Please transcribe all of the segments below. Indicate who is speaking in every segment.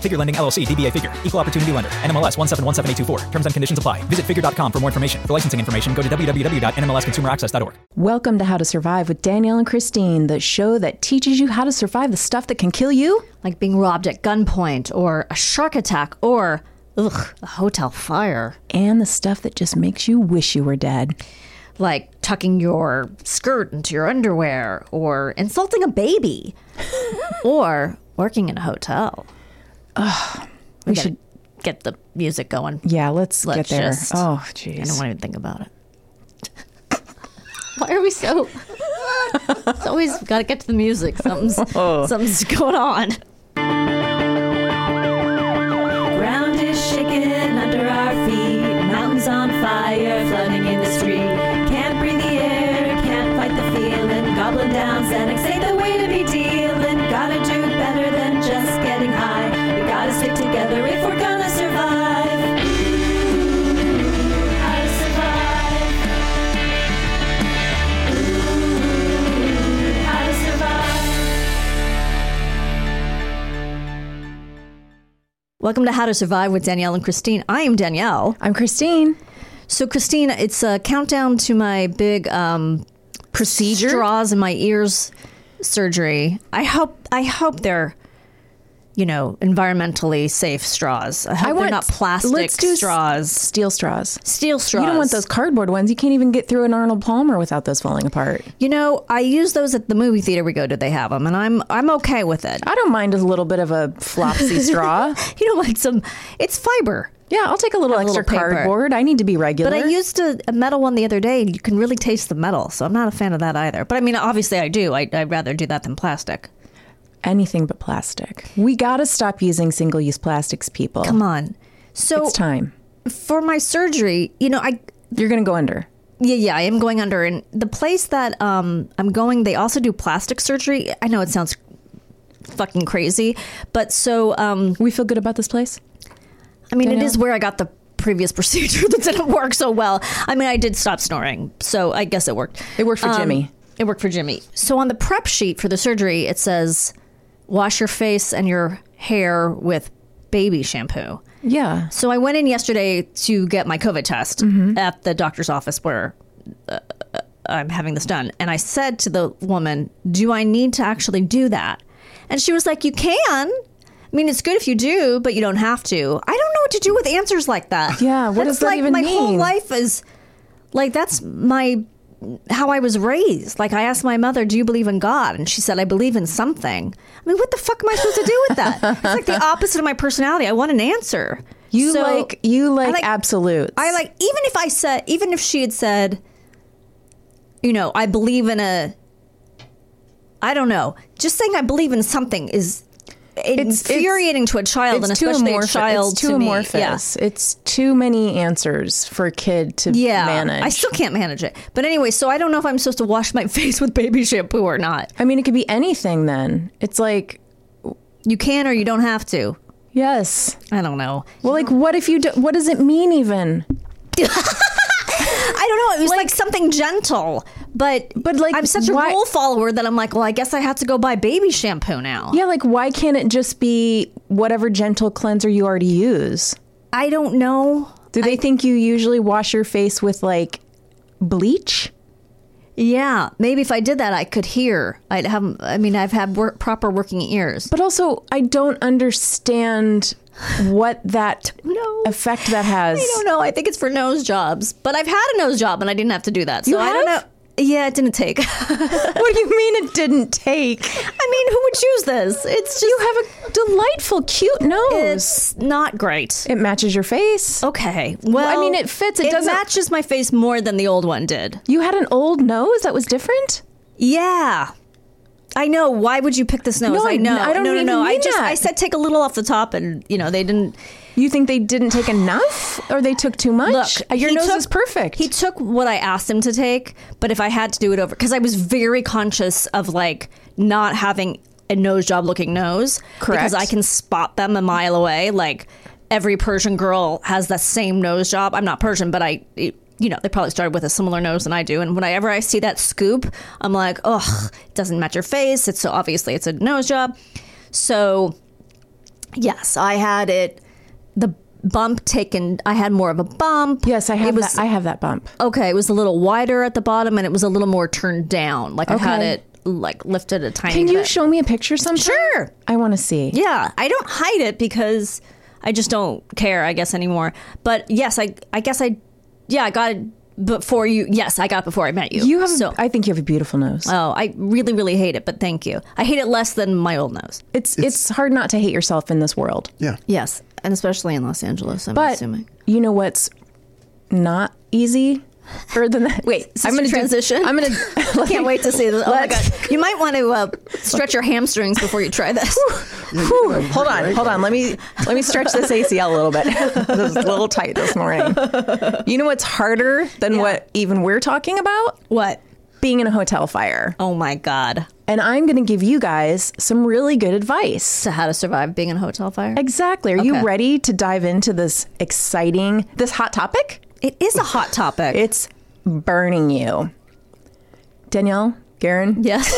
Speaker 1: Figure Lending LLC, DBA Figure, Equal Opportunity Lender, NMLS 1717824. Terms and conditions apply. Visit figure.com for more information. For licensing information, go to www.nmlsconsumeraccess.org.
Speaker 2: Welcome to How to Survive with Danielle and Christine, the show that teaches you how to survive the stuff that can kill you.
Speaker 3: like being robbed at gunpoint or a shark attack or ugh, a hotel fire,
Speaker 2: and the stuff that just makes you wish you were dead.
Speaker 3: like tucking your skirt into your underwear or insulting a baby or working in a hotel.
Speaker 2: We
Speaker 3: Gotta
Speaker 2: should,
Speaker 3: get the music going.
Speaker 2: yeah, let's,
Speaker 3: Let's
Speaker 2: get there.
Speaker 3: just-
Speaker 2: oh,
Speaker 3: I don't
Speaker 2: jeez.
Speaker 3: want to even think about it. Why are we so? it's always got to get to the music. Something's,
Speaker 2: Oh.
Speaker 3: something's going on.
Speaker 4: Ground is shaken under our feet. Mountains on fire, flooding in the street. Can't breathe the air, can't fight the feeling. Goblin down, Xanax ain't the way to be dealing. Gotta do better than just getting high. We gotta stick together if we're gonna survive. Ooh, how to survive. Ooh, how to survive.
Speaker 3: Welcome to How to Survive with Danielle and Christine. I am Danielle.
Speaker 2: I'm Christine.
Speaker 3: So, Christine, it's a countdown to my big um, procedure straws in my ears surgery. I hope I hope they're you know environmentally safe straws. I hope they're not plastic
Speaker 2: let's do s-
Speaker 3: straws,
Speaker 2: Steel straws.
Speaker 3: steel straws.
Speaker 2: You don't want those cardboard ones. You can't even get through an Arnold Palmer without those falling apart.
Speaker 3: You know, I use those at the movie theater we go to. They have them, and I'm I'm okay with it.
Speaker 2: I don't mind a little bit of a flopsy straw.
Speaker 3: You don't want some. It's fiber.
Speaker 2: Yeah, I'll take a little
Speaker 3: Have a
Speaker 2: extra
Speaker 3: little paper.
Speaker 2: cardboard. I need to be regular.
Speaker 3: But I used a, a metal one the other day, and you can really taste the metal. So I'm not a fan of that either. But I mean, obviously, I do. I, I'd rather do that than plastic.
Speaker 2: anything but plastic. We got to stop using single use plastics, people.
Speaker 3: Come on. So
Speaker 2: It's time.
Speaker 3: for my surgery, you know, I
Speaker 2: You're going to go under.
Speaker 3: yeah, yeah, I am going under and the place that um I'm going, they also do plastic surgery. I know it sounds fucking crazy, but so um
Speaker 2: We feel good about this place?
Speaker 3: I mean it
Speaker 2: Danielle?
Speaker 3: is where I got the previous procedure that didn't work so well. I mean, I did stop snoring, so I guess it worked. Um,
Speaker 2: It worked for Jimmy.
Speaker 3: It worked for Jimmy. So on the prep sheet for the surgery, it says wash your face and your hair with baby shampoo.
Speaker 2: Yeah.
Speaker 3: So I went in yesterday to get my COVID test
Speaker 2: Mm-hmm.
Speaker 3: at the doctor's office where uh, I'm having this done. And I said to the woman, Do I need to actually do that? And she was like, You can. I mean, it's good if you do, but you don't have to. I don't know what to do with answers like that.
Speaker 2: Yeah, what does
Speaker 3: That's
Speaker 2: that
Speaker 3: like
Speaker 2: even
Speaker 3: my whole
Speaker 2: mean?
Speaker 3: life is like, that's my. How I was raised. Like, I asked my mother, Do you believe in God? And she said, I believe in something. I mean, what the fuck am I supposed to do with that? It's like the opposite of my personality. I want an answer.
Speaker 2: You
Speaker 3: So-
Speaker 2: like you like,
Speaker 3: I like-
Speaker 2: absolutes.
Speaker 3: I like even if I said even if she had said, you know, I believe in a I don't know. Just saying I believe in something is
Speaker 2: It's- it's-
Speaker 3: infuriating to a child and
Speaker 2: it's too
Speaker 3: especially a
Speaker 2: amorphous.
Speaker 3: child
Speaker 2: it's too
Speaker 3: to me.
Speaker 2: amorphous.
Speaker 3: Yeah.
Speaker 2: It's too many answers for a kid to
Speaker 3: Yeah,
Speaker 2: manage.
Speaker 3: I still can't manage it. But anyway, so I don't know if I'm supposed to wash my face with baby shampoo or not.
Speaker 2: I mean, it could be anything. Then it's like
Speaker 3: You can or you don't have to.
Speaker 2: yes.
Speaker 3: I don't know.
Speaker 2: Well, like what if you? Do, what does it mean even?
Speaker 3: I don't know. It was like, something gentle, But
Speaker 2: But, like,
Speaker 3: I'm such a
Speaker 2: why-
Speaker 3: rule follower that I'm like, well, I guess I have to go buy baby shampoo now.
Speaker 2: Yeah, like why can't it just be whatever gentle cleanser you already use?
Speaker 3: I don't know.
Speaker 2: Do they think you usually wash your face with like bleach?
Speaker 3: Yeah, maybe if I did that, I could hear. I'd have. I mean, I've had wor- proper working ears.
Speaker 2: But also, I don't understand what that
Speaker 3: know.
Speaker 2: effect that has.
Speaker 3: I don't know. I think it's for nose jobs. But I've had a nose job and I didn't have to do that. So
Speaker 2: You
Speaker 3: I don't know.
Speaker 2: have?
Speaker 3: Yeah, it didn't take.
Speaker 2: What do you mean it didn't take?
Speaker 3: I mean, who would choose this? It's just
Speaker 2: You have a delightful, cute nose.
Speaker 3: it's not great.
Speaker 2: it matches your face.
Speaker 3: Okay. Well,
Speaker 2: I mean, it fits. It doesn't-
Speaker 3: matches my face more than the old one did.
Speaker 2: You had an old nose that was different?
Speaker 3: Yeah. I know. Why would you pick this nose?
Speaker 2: No, I-
Speaker 3: I know.
Speaker 2: I don't
Speaker 3: no, no, no.
Speaker 2: even
Speaker 3: I
Speaker 2: mean
Speaker 3: just
Speaker 2: that.
Speaker 3: I said take a little off the top, and you know they didn't.
Speaker 2: You think they didn't take enough or they took too much? Uh,
Speaker 3: Look,
Speaker 2: your
Speaker 3: he
Speaker 2: nose
Speaker 3: took-
Speaker 2: is perfect.
Speaker 3: He took what I asked him to take, but if I had to do it over, because I was very conscious of like not having a nose job looking nose,
Speaker 2: Correct.
Speaker 3: Because I can spot them a mile away. Like every Persian girl has the same nose job. I'm not Persian, but I. you know, they probably started with a similar nose than I do. And whenever I see that scoop, I'm like, ugh, it doesn't match your face. It's so obviously it's a nose job. So, yes, I had it. The bump taken. I had more of a bump.
Speaker 2: yes, I have,
Speaker 3: it was,
Speaker 2: that, I have that bump.
Speaker 3: okay. It was a little wider at the bottom, and it was a little more turned down. Like I had
Speaker 2: Okay.
Speaker 3: it like lifted a tiny.
Speaker 2: Can you
Speaker 3: bit.
Speaker 2: show me a picture sometime?
Speaker 3: Sure.
Speaker 2: I want to see.
Speaker 3: Yeah, I don't hide it because I just don't care, I guess anymore. But yes, I I guess I yeah I got it before you. Yes, I got it before I met you.
Speaker 2: You have,
Speaker 3: so.
Speaker 2: I think you have a beautiful nose.
Speaker 3: Oh, I really, really hate it, but thank you. I hate it less than my old nose.
Speaker 2: it's, it's hard not to hate yourself in this world.
Speaker 5: Yeah.
Speaker 3: Yes, and especially in Los Angeles, I'm
Speaker 2: But
Speaker 3: assuming.
Speaker 2: you know what's not easy? Or than that? Wait,
Speaker 3: I'm
Speaker 2: I'm
Speaker 3: going
Speaker 2: gonna do-
Speaker 3: to transition.
Speaker 2: I'm gonna.
Speaker 3: I can't wait to see this. Oh my
Speaker 2: Let's-
Speaker 3: god! You might want to uh, stretch your hamstrings before you try this.
Speaker 2: Whew, hold on, hold on. Let me let me stretch this ACL a little bit. this is a little tight this morning. You know what's harder than what even we're talking about?
Speaker 3: what?
Speaker 2: Being in a hotel fire.
Speaker 3: Oh my god!
Speaker 2: And I'm going to give you guys some really good advice.
Speaker 3: To how to survive being in a hotel fire?
Speaker 2: Exactly. Are you
Speaker 3: Okay.
Speaker 2: ready to dive into this exciting, this hot topic?
Speaker 3: It is a hot topic.
Speaker 2: It's burning you. Danielle, Garen,
Speaker 3: yes.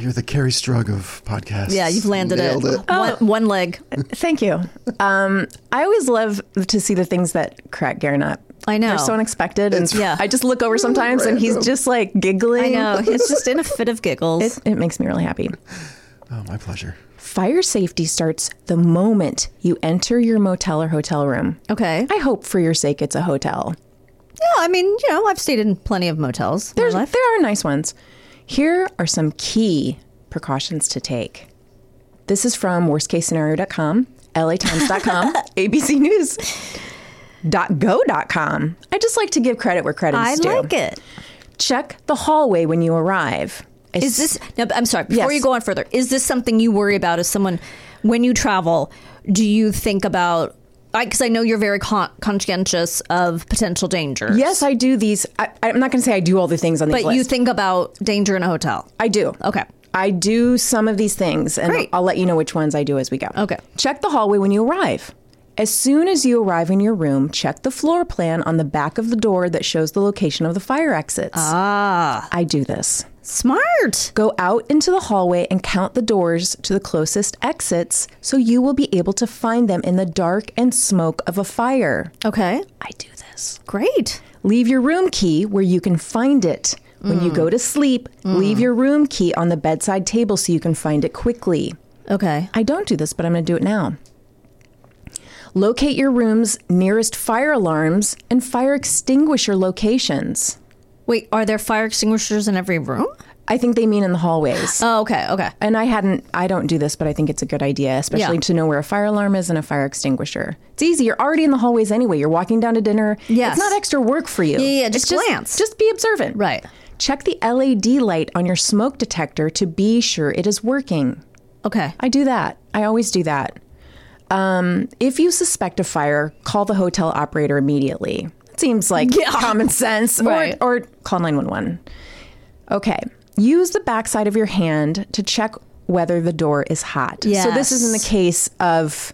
Speaker 5: You're the Carrie Strug of podcasts.
Speaker 3: Yeah, you've landed
Speaker 5: Nailed
Speaker 3: it. One, one leg.
Speaker 2: Thank you. Um, I always love to see the things that crack Garen up.
Speaker 3: I know.
Speaker 2: They're so unexpected. And
Speaker 5: It's
Speaker 3: Yeah.
Speaker 2: I just look over sometimes and he's just like giggling.
Speaker 3: I know. It's just in a fit of giggles.
Speaker 2: It, it makes me really happy.
Speaker 5: Oh, my pleasure.
Speaker 2: Fire safety starts the moment you enter your motel or hotel room.
Speaker 3: okay.
Speaker 2: I hope for your sake it's a hotel.
Speaker 3: Yeah, I mean, you know, I've stayed in plenty of motels. in my
Speaker 2: There's,
Speaker 3: life.
Speaker 2: there are nice ones. Here are some key precautions to take. This is from worstcasescenario.com, latimes.com, abcnews.go.com. I just like to give credit where credit
Speaker 3: I
Speaker 2: is due.
Speaker 3: like it.
Speaker 2: Check the hallway when you arrive. As
Speaker 3: Is this? No, I'm sorry. Before
Speaker 2: Yes.
Speaker 3: you go on further, is this something you worry about as someone when you travel? Do you think about? Because I, know you're very con- conscientious of potential danger.
Speaker 2: Yes, I do these. I, I'm not going to say I do all the things on these
Speaker 3: but you
Speaker 2: lists.
Speaker 3: think about danger in a hotel.
Speaker 2: I do.
Speaker 3: Okay.
Speaker 2: I do some of these things, and
Speaker 3: Great.
Speaker 2: I'll let you know which ones I do as we go.
Speaker 3: Okay.
Speaker 2: Check the hallway when you arrive. As soon as you arrive in your room, check the floor plan on the back of the door that shows the location of the fire exits. Ah. I do this.
Speaker 3: Smart.
Speaker 2: Go out into the hallway and count the doors to the closest exits so you will be able to find them in the dark and smoke of a fire.
Speaker 3: Okay.
Speaker 2: I do this.
Speaker 3: Great.
Speaker 2: Leave your room key where you can find it. When
Speaker 3: Mm.
Speaker 2: you go to sleep, leave your room key on the bedside table so you can find it quickly.
Speaker 3: Okay.
Speaker 2: I don't do this, but I'm going to do it now. Locate your room's nearest fire alarms and fire extinguisher locations.
Speaker 3: Wait, are there fire extinguishers in every room?
Speaker 2: I think they mean in the hallways.
Speaker 3: Oh, okay. Okay.
Speaker 2: and I hadn't, I don't do this, but I think it's a good idea, especially
Speaker 3: Yeah.
Speaker 2: to know where a fire alarm is and a fire extinguisher. It's easy. You're already in the hallways anyway. You're walking down to dinner.
Speaker 3: Yes.
Speaker 2: It's not extra work for you.
Speaker 3: yeah, yeah,
Speaker 2: It's
Speaker 3: just glance.
Speaker 2: Just be observant.
Speaker 3: Right.
Speaker 2: Check the LED light on your smoke detector to be sure it is working.
Speaker 3: Okay.
Speaker 2: I do that. I always do that. Um, if you suspect a fire, call the hotel operator immediately. It seems like common sense.
Speaker 3: Right.
Speaker 2: Or, or call 911. Okay. Use the backside of your hand to check whether the door is hot. So this
Speaker 3: Yes.
Speaker 2: isn't the case of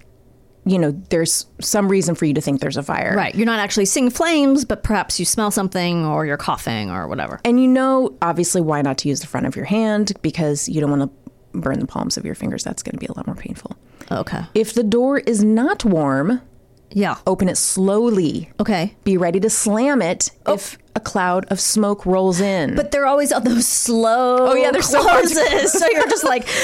Speaker 2: you know, there's some reason for you to think there's a fire.
Speaker 3: Right. You're not actually seeing flames, but perhaps you smell something or you're coughing or whatever.
Speaker 2: And you know, obviously, why not to use the front of your hand because you don't want to burn the palms of your fingers. That's going to be a lot more painful.
Speaker 3: Okay.
Speaker 2: If the door is not warm,
Speaker 3: Yeah.
Speaker 2: open it slowly.
Speaker 3: Okay.
Speaker 2: Be ready to slam it if a cloud of smoke rolls in.
Speaker 3: But they're always on those slow.
Speaker 2: Oh, yeah, they're so hard to-
Speaker 3: closes. So, you're just like,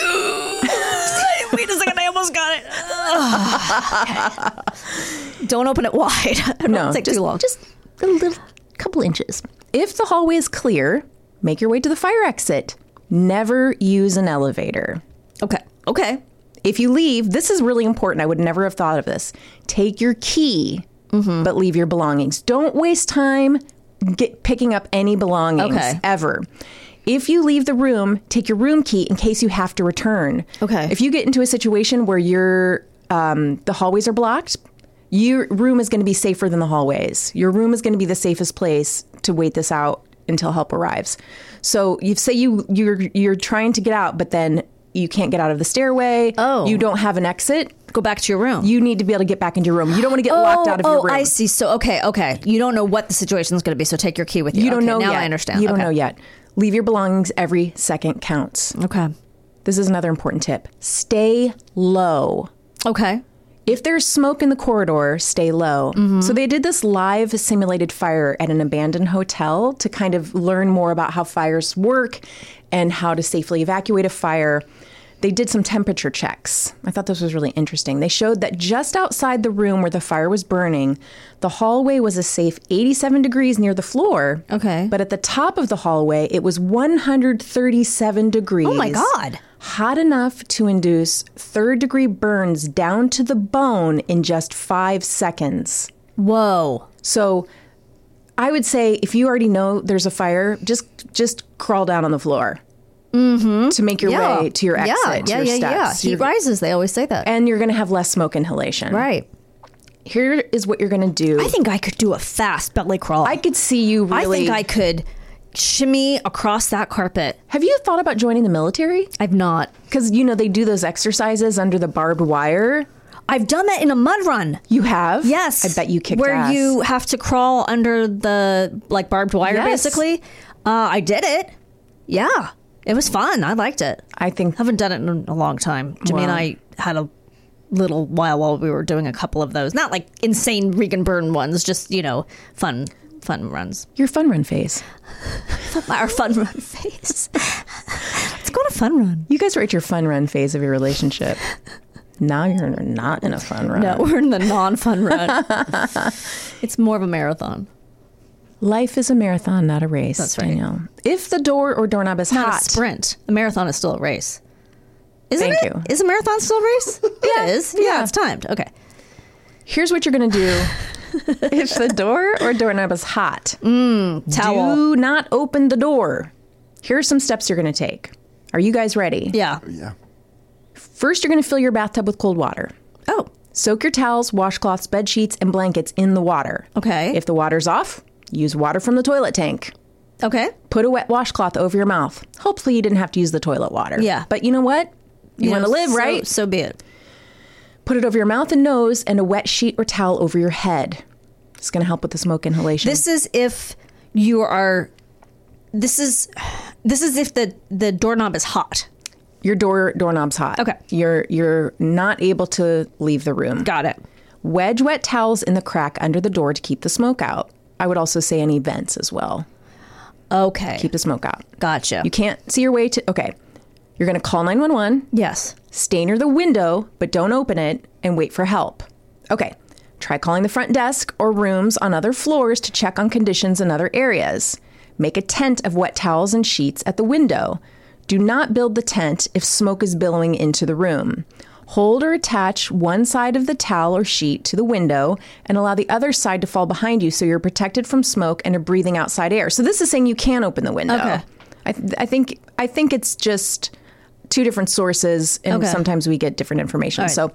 Speaker 3: wait a second, I almost got it. Ugh. Okay. Don't open it wide. Don't
Speaker 2: No,
Speaker 3: take
Speaker 2: just-
Speaker 3: too long. Just a little couple inches.
Speaker 2: if the hallway is clear, make your way to the fire exit. Never use an elevator.
Speaker 3: Okay. Okay.
Speaker 2: If you leave, this is really important. I would never have thought of this. Take your key, but leave your belongings. Don't waste time get, picking up any belongings
Speaker 3: Okay.
Speaker 2: ever. If you leave the room, take your room key in case you have to return.
Speaker 3: Okay.
Speaker 2: If you get into a situation where your um, the hallways are blocked, your room is going to be safer than the hallways. Your room is going to be the safest place to wait this out until help arrives. So you say you you're you're trying to get out, but then you can't get out of the stairway.
Speaker 3: Oh.
Speaker 2: you don't have an exit.
Speaker 3: Go back to your room.
Speaker 2: You need to be able to get back into your room. You don't want to get locked out of
Speaker 3: oh,
Speaker 2: your room.
Speaker 3: I see. So okay, okay. You don't know what the situation is going to be, so take your key with you.
Speaker 2: You don't
Speaker 3: Okay,
Speaker 2: know
Speaker 3: now.
Speaker 2: yet.
Speaker 3: I understand.
Speaker 2: You don't
Speaker 3: Okay.
Speaker 2: know yet. Leave your belongings every second counts.
Speaker 3: Okay.
Speaker 2: This is another important tip. Stay low.
Speaker 3: Okay.
Speaker 2: If there's smoke in the corridor, stay low.
Speaker 3: Mm-hmm.
Speaker 2: So they did this live simulated fire at an abandoned hotel to kind of learn more about how fires work and how to safely evacuate a fire. They did some temperature checks. I thought this was really interesting. They showed that just outside the room where the fire was burning, the hallway was a safe 87 degrees near the floor.
Speaker 3: Okay.
Speaker 2: But at the top of the hallway, it was 137 degrees
Speaker 3: Oh my
Speaker 2: degrees.
Speaker 3: God.
Speaker 2: Hot enough to induce third degree burns down to the bone in just five seconds.
Speaker 3: Whoa.
Speaker 2: So I would say if you already know there's a fire, just just crawl down on the floor to make your way to your exit,
Speaker 3: Mm-hmm. Yeah.
Speaker 2: to
Speaker 3: yeah.
Speaker 2: your
Speaker 3: yeah. yeah.
Speaker 2: steps.
Speaker 3: Heat
Speaker 2: You're-
Speaker 3: rises. They always say that.
Speaker 2: and you're going to have less smoke inhalation.
Speaker 3: right.
Speaker 2: Here is what you're going to do.
Speaker 3: I think I could do a fast belly crawl.
Speaker 2: I could see you
Speaker 3: I
Speaker 2: really.
Speaker 3: think I could shimmy across that carpet.
Speaker 2: have you thought about joining the military?
Speaker 3: I've not.
Speaker 2: Because you know they do those exercises under the barbed wire.
Speaker 3: I've done that in a mud run.
Speaker 2: You have?
Speaker 3: Yes.
Speaker 2: I bet you kicked
Speaker 3: Where
Speaker 2: ass.
Speaker 3: you have to crawl under the like barbed wire,
Speaker 2: Yes.
Speaker 3: basically. Uh, I did it. Yeah, it was fun. I liked it.
Speaker 2: I think
Speaker 3: haven't done it in a long time. Jimmy and
Speaker 2: Wow.
Speaker 3: I had a little while while we were doing a couple of those, not like insane Regan Burn ones, just you know, fun fun runs.
Speaker 2: your fun run phase.
Speaker 3: Our fun run phase. Let's go on a fun run.
Speaker 2: You guys were at your fun run phase of your relationship. Now you're not in a fun run.
Speaker 3: No, we're in the non fun run. it's more of a marathon.
Speaker 2: Life is a marathon, not a race.
Speaker 3: That's
Speaker 2: I
Speaker 3: right.
Speaker 2: know. If the door or doorknob is
Speaker 3: Not
Speaker 2: hot,
Speaker 3: a sprint. A marathon is still a race. Isn't
Speaker 2: Thank
Speaker 3: it?
Speaker 2: you.
Speaker 3: Is a marathon still a race? It is. Yeah,
Speaker 2: yeah.
Speaker 3: it's timed. Okay.
Speaker 2: here's what you're going to do. if the door or doorknob is hot,
Speaker 3: Mm. Towel.
Speaker 2: do not open the door. Here are some steps you're going to take. Are you guys ready?
Speaker 3: Yeah.
Speaker 5: Yeah.
Speaker 2: First, you're going to fill your bathtub with cold water.
Speaker 3: Oh.
Speaker 2: Soak your towels, washcloths, bed sheets, and blankets in the water.
Speaker 3: Okay.
Speaker 2: If the water's off, use water from the toilet tank.
Speaker 3: okay.
Speaker 2: put a wet washcloth over your mouth. Hopefully, you didn't have to use the toilet water.
Speaker 3: Yeah.
Speaker 2: But you know what? You, want to
Speaker 3: know,
Speaker 2: live,
Speaker 3: so-
Speaker 2: right?
Speaker 3: So be it.
Speaker 2: Put it over your mouth and nose and a wet sheet or towel over your head. It's going to help with the smoke inhalation.
Speaker 3: This is if you are. This is, this is if the the doorknob is hot.
Speaker 2: your door doorknob's hot.
Speaker 3: Okay.
Speaker 2: You're you're not able to leave the room.
Speaker 3: Got it.
Speaker 2: Wedge wet towels in the crack under the door to keep the smoke out. I would also say any vents as well.
Speaker 3: Okay.
Speaker 2: Keep the smoke out.
Speaker 3: gotcha.
Speaker 2: You can't see your way to Okay. You're going to call 911.
Speaker 3: yes.
Speaker 2: Stay near the window, but don't open it and wait for help. Okay, try calling the front desk or rooms on other floors to check on conditions in other areas. Make a tent of wet towels and sheets at the window. Do not build the tent if smoke is billowing into the room. Hold or attach one side of the towel or sheet to the window and allow the other side to fall behind you so you're protected from smoke and are breathing outside air. So this is saying you can open the window.
Speaker 3: Okay.
Speaker 2: I, th- I think I think it's just two different sources, and
Speaker 3: Okay.
Speaker 2: sometimes we get different information.
Speaker 3: All right.
Speaker 2: So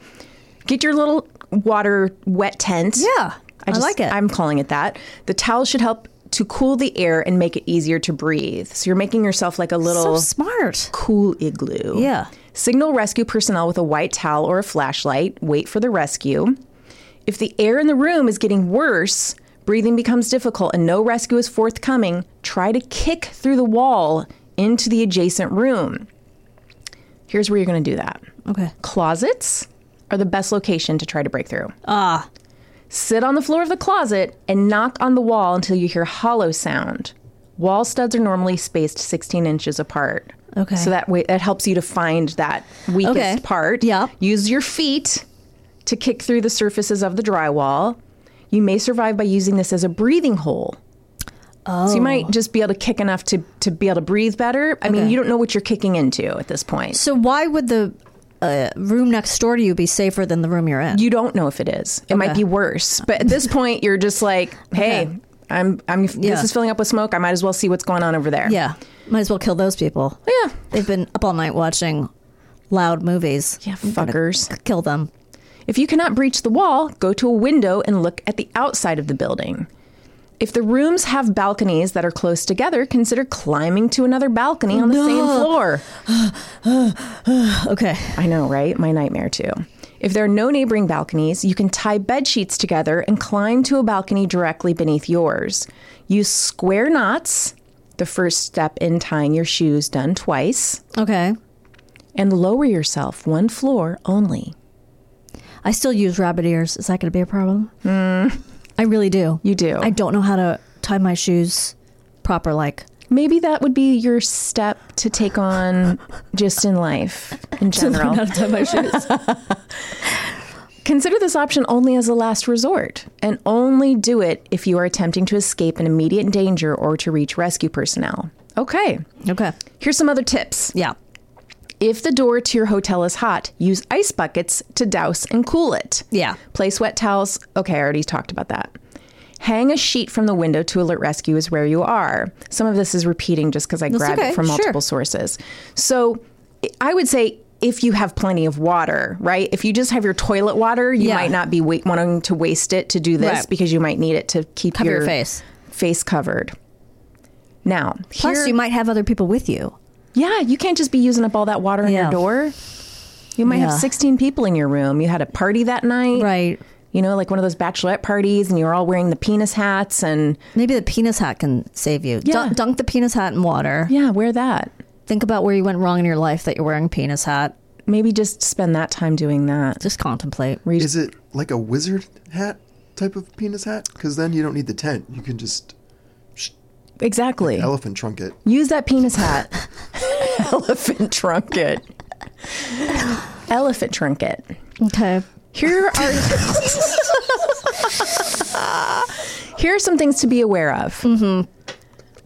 Speaker 2: get your little water wet tent.
Speaker 3: Yeah, I like it.
Speaker 2: I'm calling it that. The towel should help to cool the air and make it easier to breathe. So you're making yourself like a
Speaker 3: So
Speaker 2: little
Speaker 3: smart.
Speaker 2: cool igloo.
Speaker 3: Yeah.
Speaker 2: Signal rescue personnel with a white towel or a flashlight. Wait for the rescue. If the air in the room is getting worse, breathing becomes difficult, and no rescue is forthcoming, try to kick through the wall into the adjacent room. Here's where you're going to do that
Speaker 3: Okay.
Speaker 2: closets are the best location to try to break through. Ah. Sit on the floor of the closet and knock on the wall until you hear hollow sound. Wall studs are normally spaced 16 inches apart.
Speaker 3: Okay.
Speaker 2: So that way that helps you to find that weakest
Speaker 3: Okay.
Speaker 2: part.
Speaker 3: Yep.
Speaker 2: Use your feet to kick through the surfaces of the drywall. You may survive by using this as a breathing hole. Oh. So you might just be able to kick enough to, to be able to breathe better. I mean,
Speaker 3: Okay.
Speaker 2: you don't know what you're kicking into at this point.
Speaker 3: So why would the uh, room next door to you be safer than the room you're in?
Speaker 2: you don't know if it is. It might be worse. But at this point, you're just like, hey,
Speaker 3: Okay.
Speaker 2: I'm, I'm.
Speaker 3: Yeah.
Speaker 2: This is filling up with smoke. I might as well see what's going on over there.
Speaker 3: yeah. Might as well kill those people.
Speaker 2: yeah,
Speaker 3: They've been up all night watching loud movies.
Speaker 2: yeah, fuckers.
Speaker 3: Kill them.
Speaker 2: If you cannot breach the wall, go to a window and look at the outside of the building. If the rooms have balconies that are close together, consider climbing to another balcony on the same floor.
Speaker 3: Okay.
Speaker 2: I know, right? My nightmare too. If there are no neighboring balconies, you can tie bed sheets together and climb to a balcony directly beneath yours. Use square knots, the first step in tying your shoes done twice,
Speaker 3: Okay.
Speaker 2: and lower yourself one floor only.
Speaker 3: I still use rabbit ears. Is that going to be a problem? Mm. I really do.
Speaker 2: Hmm. You do.
Speaker 3: I don't know how to tie my shoes proper. Like
Speaker 2: Maybe that would be your step to take on just in life in general.
Speaker 3: tie my shoes.
Speaker 2: Consider this option only as a last resort and only do it if you are attempting to escape an immediate danger or to reach rescue personnel. Okay.
Speaker 3: okay.
Speaker 2: Here's some other tips.
Speaker 3: Yeah.
Speaker 2: If the door to your hotel is hot, use ice buckets to douse and cool it.
Speaker 3: Yeah.
Speaker 2: Place wet towels. Okay, I already talked about that. Hang a sheet from the window to alert rescue is where you are. Some of this is repeating just because I grabbed
Speaker 3: okay,
Speaker 2: it from
Speaker 3: sure.
Speaker 2: multiple sources. So I- I would say if you have plenty of water, right? If you just have your toilet water, you
Speaker 3: Yeah.
Speaker 2: might not be wait- wanting to waste it to do this
Speaker 3: Right.
Speaker 2: because you might need it to keep
Speaker 3: Cover your face.
Speaker 2: face covered. Now,
Speaker 3: Plus,
Speaker 2: here-
Speaker 3: you might have other people with you.
Speaker 2: yeah, you can't just be using up all that water in
Speaker 3: Yeah.
Speaker 2: your door. You might
Speaker 3: Yeah.
Speaker 2: have 16 people in your room. You had a party that night.
Speaker 3: Right.
Speaker 2: You know, like one of those bachelorette parties, and you were all wearing the penis hats. And
Speaker 3: Maybe the penis hat can save you.
Speaker 2: Yeah.
Speaker 3: Dun- dunk the penis hat in water.
Speaker 2: yeah, wear that.
Speaker 3: Think about where you went wrong in your life that you're wearing a penis hat.
Speaker 2: Maybe just spend that time doing that.
Speaker 3: Just contemplate.
Speaker 5: Is it like a wizard hat type of penis hat? Because then you don't need the tent. You can just
Speaker 2: Exactly.
Speaker 5: elephant trunk it.
Speaker 2: Use that penis hat. Elephant trunket. Elephant trunket.
Speaker 3: Okay.
Speaker 2: Here are Here are some things to be aware of. Mm-hmm.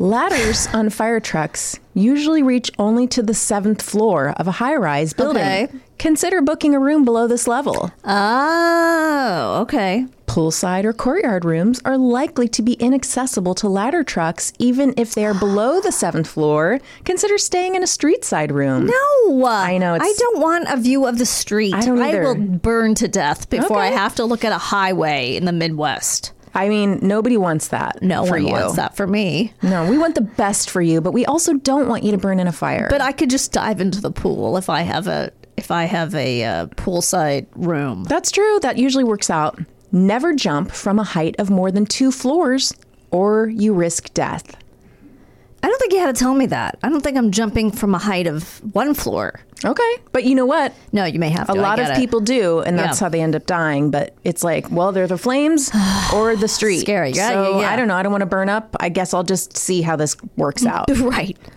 Speaker 2: Ladders on fire trucks usually reach only to the seventh floor of a high-rise building.
Speaker 3: Okay.
Speaker 2: Consider booking a room below this level.
Speaker 3: Oh, okay.
Speaker 2: Poolside or courtyard rooms are likely to be inaccessible to ladder trucks, even if they are below the seventh floor. Consider staying in a street side room.
Speaker 3: No,
Speaker 2: I know, it's-
Speaker 3: I don't want a view of the street.
Speaker 2: I don't either.
Speaker 3: will burn to death before I
Speaker 2: Okay.
Speaker 3: have to look at a highway in the Midwest.
Speaker 2: I mean, nobody wants that.
Speaker 3: No
Speaker 2: for
Speaker 3: one
Speaker 2: you.
Speaker 3: wants that for me.
Speaker 2: No, we want the best for you, but we also don't want you to burn in a fire.
Speaker 3: But I could just dive into the pool if I have a if I have a uh, poolside room.
Speaker 2: That's true. That usually works out. Never jump from a height of more than two floors or you risk death.
Speaker 3: I don't think you had to tell me that. I don't think I'm jumping from a height of one floor.
Speaker 2: Okay. But you know what?
Speaker 3: No, you may have
Speaker 2: A
Speaker 3: to. I
Speaker 2: lot
Speaker 3: get
Speaker 2: of
Speaker 3: it.
Speaker 2: people do, and that's
Speaker 3: Yeah.
Speaker 2: how they end up dying. But it's like, well, they're the flames or the street.
Speaker 3: Scary. Yeah,
Speaker 2: so
Speaker 3: yeah, Mm. yeah.
Speaker 2: I don't know. I don't want to burn up. I guess I'll just see how this works out.
Speaker 3: right.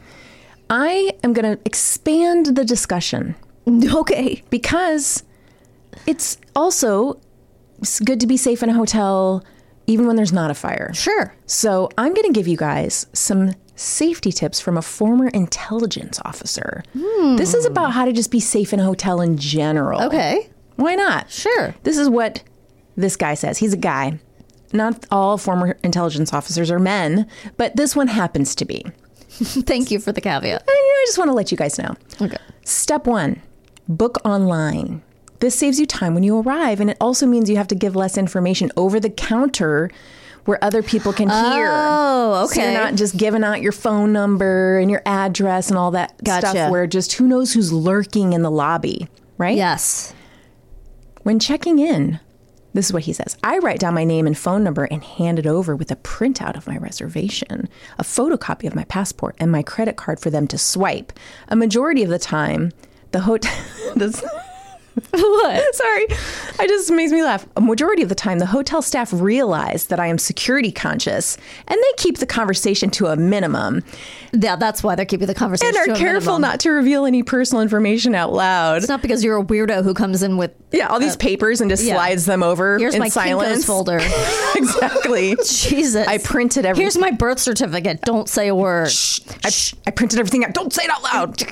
Speaker 2: I am going to expand the discussion
Speaker 3: Okay.
Speaker 2: because it's also s- good to be safe in a hotel, even when there's not a fire.
Speaker 3: Sure.
Speaker 2: So, I'm going to give you guys some safety tips from a former intelligence officer. This is about how to just be safe in a hotel in general.
Speaker 3: Hmm. Okay.
Speaker 2: Why not?
Speaker 3: Sure.
Speaker 2: This is what this guy says. He's a guy. Not all former intelligence officers are men, but this one happens to be.
Speaker 3: Thank you for the caveat.
Speaker 2: And, you know, I just want to let you guys know.
Speaker 3: Okay.
Speaker 2: Step one book online. This saves you time when you arrive, and it also means you have to give less information over the counter where other people can hear.
Speaker 3: Oh,
Speaker 2: So you're
Speaker 3: okay.
Speaker 2: not just giving out your phone number and your address and all that
Speaker 3: Gotcha.
Speaker 2: stuff where just who knows who's lurking in the lobby, right?
Speaker 3: Yes.
Speaker 2: When checking in, this is what he says I write down my name and phone number and hand it over with a printout of my reservation, a photocopy of my passport, and my credit card for them to swipe. A majority of the time, the hotel.
Speaker 3: What?
Speaker 2: Sorry, I just it makes me laugh. A majority of the time, the hotel staff realize that I am security conscious, and they keep the conversation to a minimum
Speaker 3: Yeah, that's why they're keeping the conversation.
Speaker 2: and are
Speaker 3: to a
Speaker 2: careful
Speaker 3: minimum.
Speaker 2: not to reveal any personal information out loud.
Speaker 3: It's not because you're a weirdo who comes in with
Speaker 2: Yeah, all these papers and just
Speaker 3: Uh, yeah.
Speaker 2: slides them over
Speaker 3: here's
Speaker 2: in
Speaker 3: my
Speaker 2: silence.
Speaker 3: Kinko's folder.
Speaker 2: exactly.
Speaker 3: Jesus,
Speaker 2: I printed everything.
Speaker 3: Here's my birth certificate. Don't say a word.
Speaker 2: I, I printed everything out. Don't say it out loud.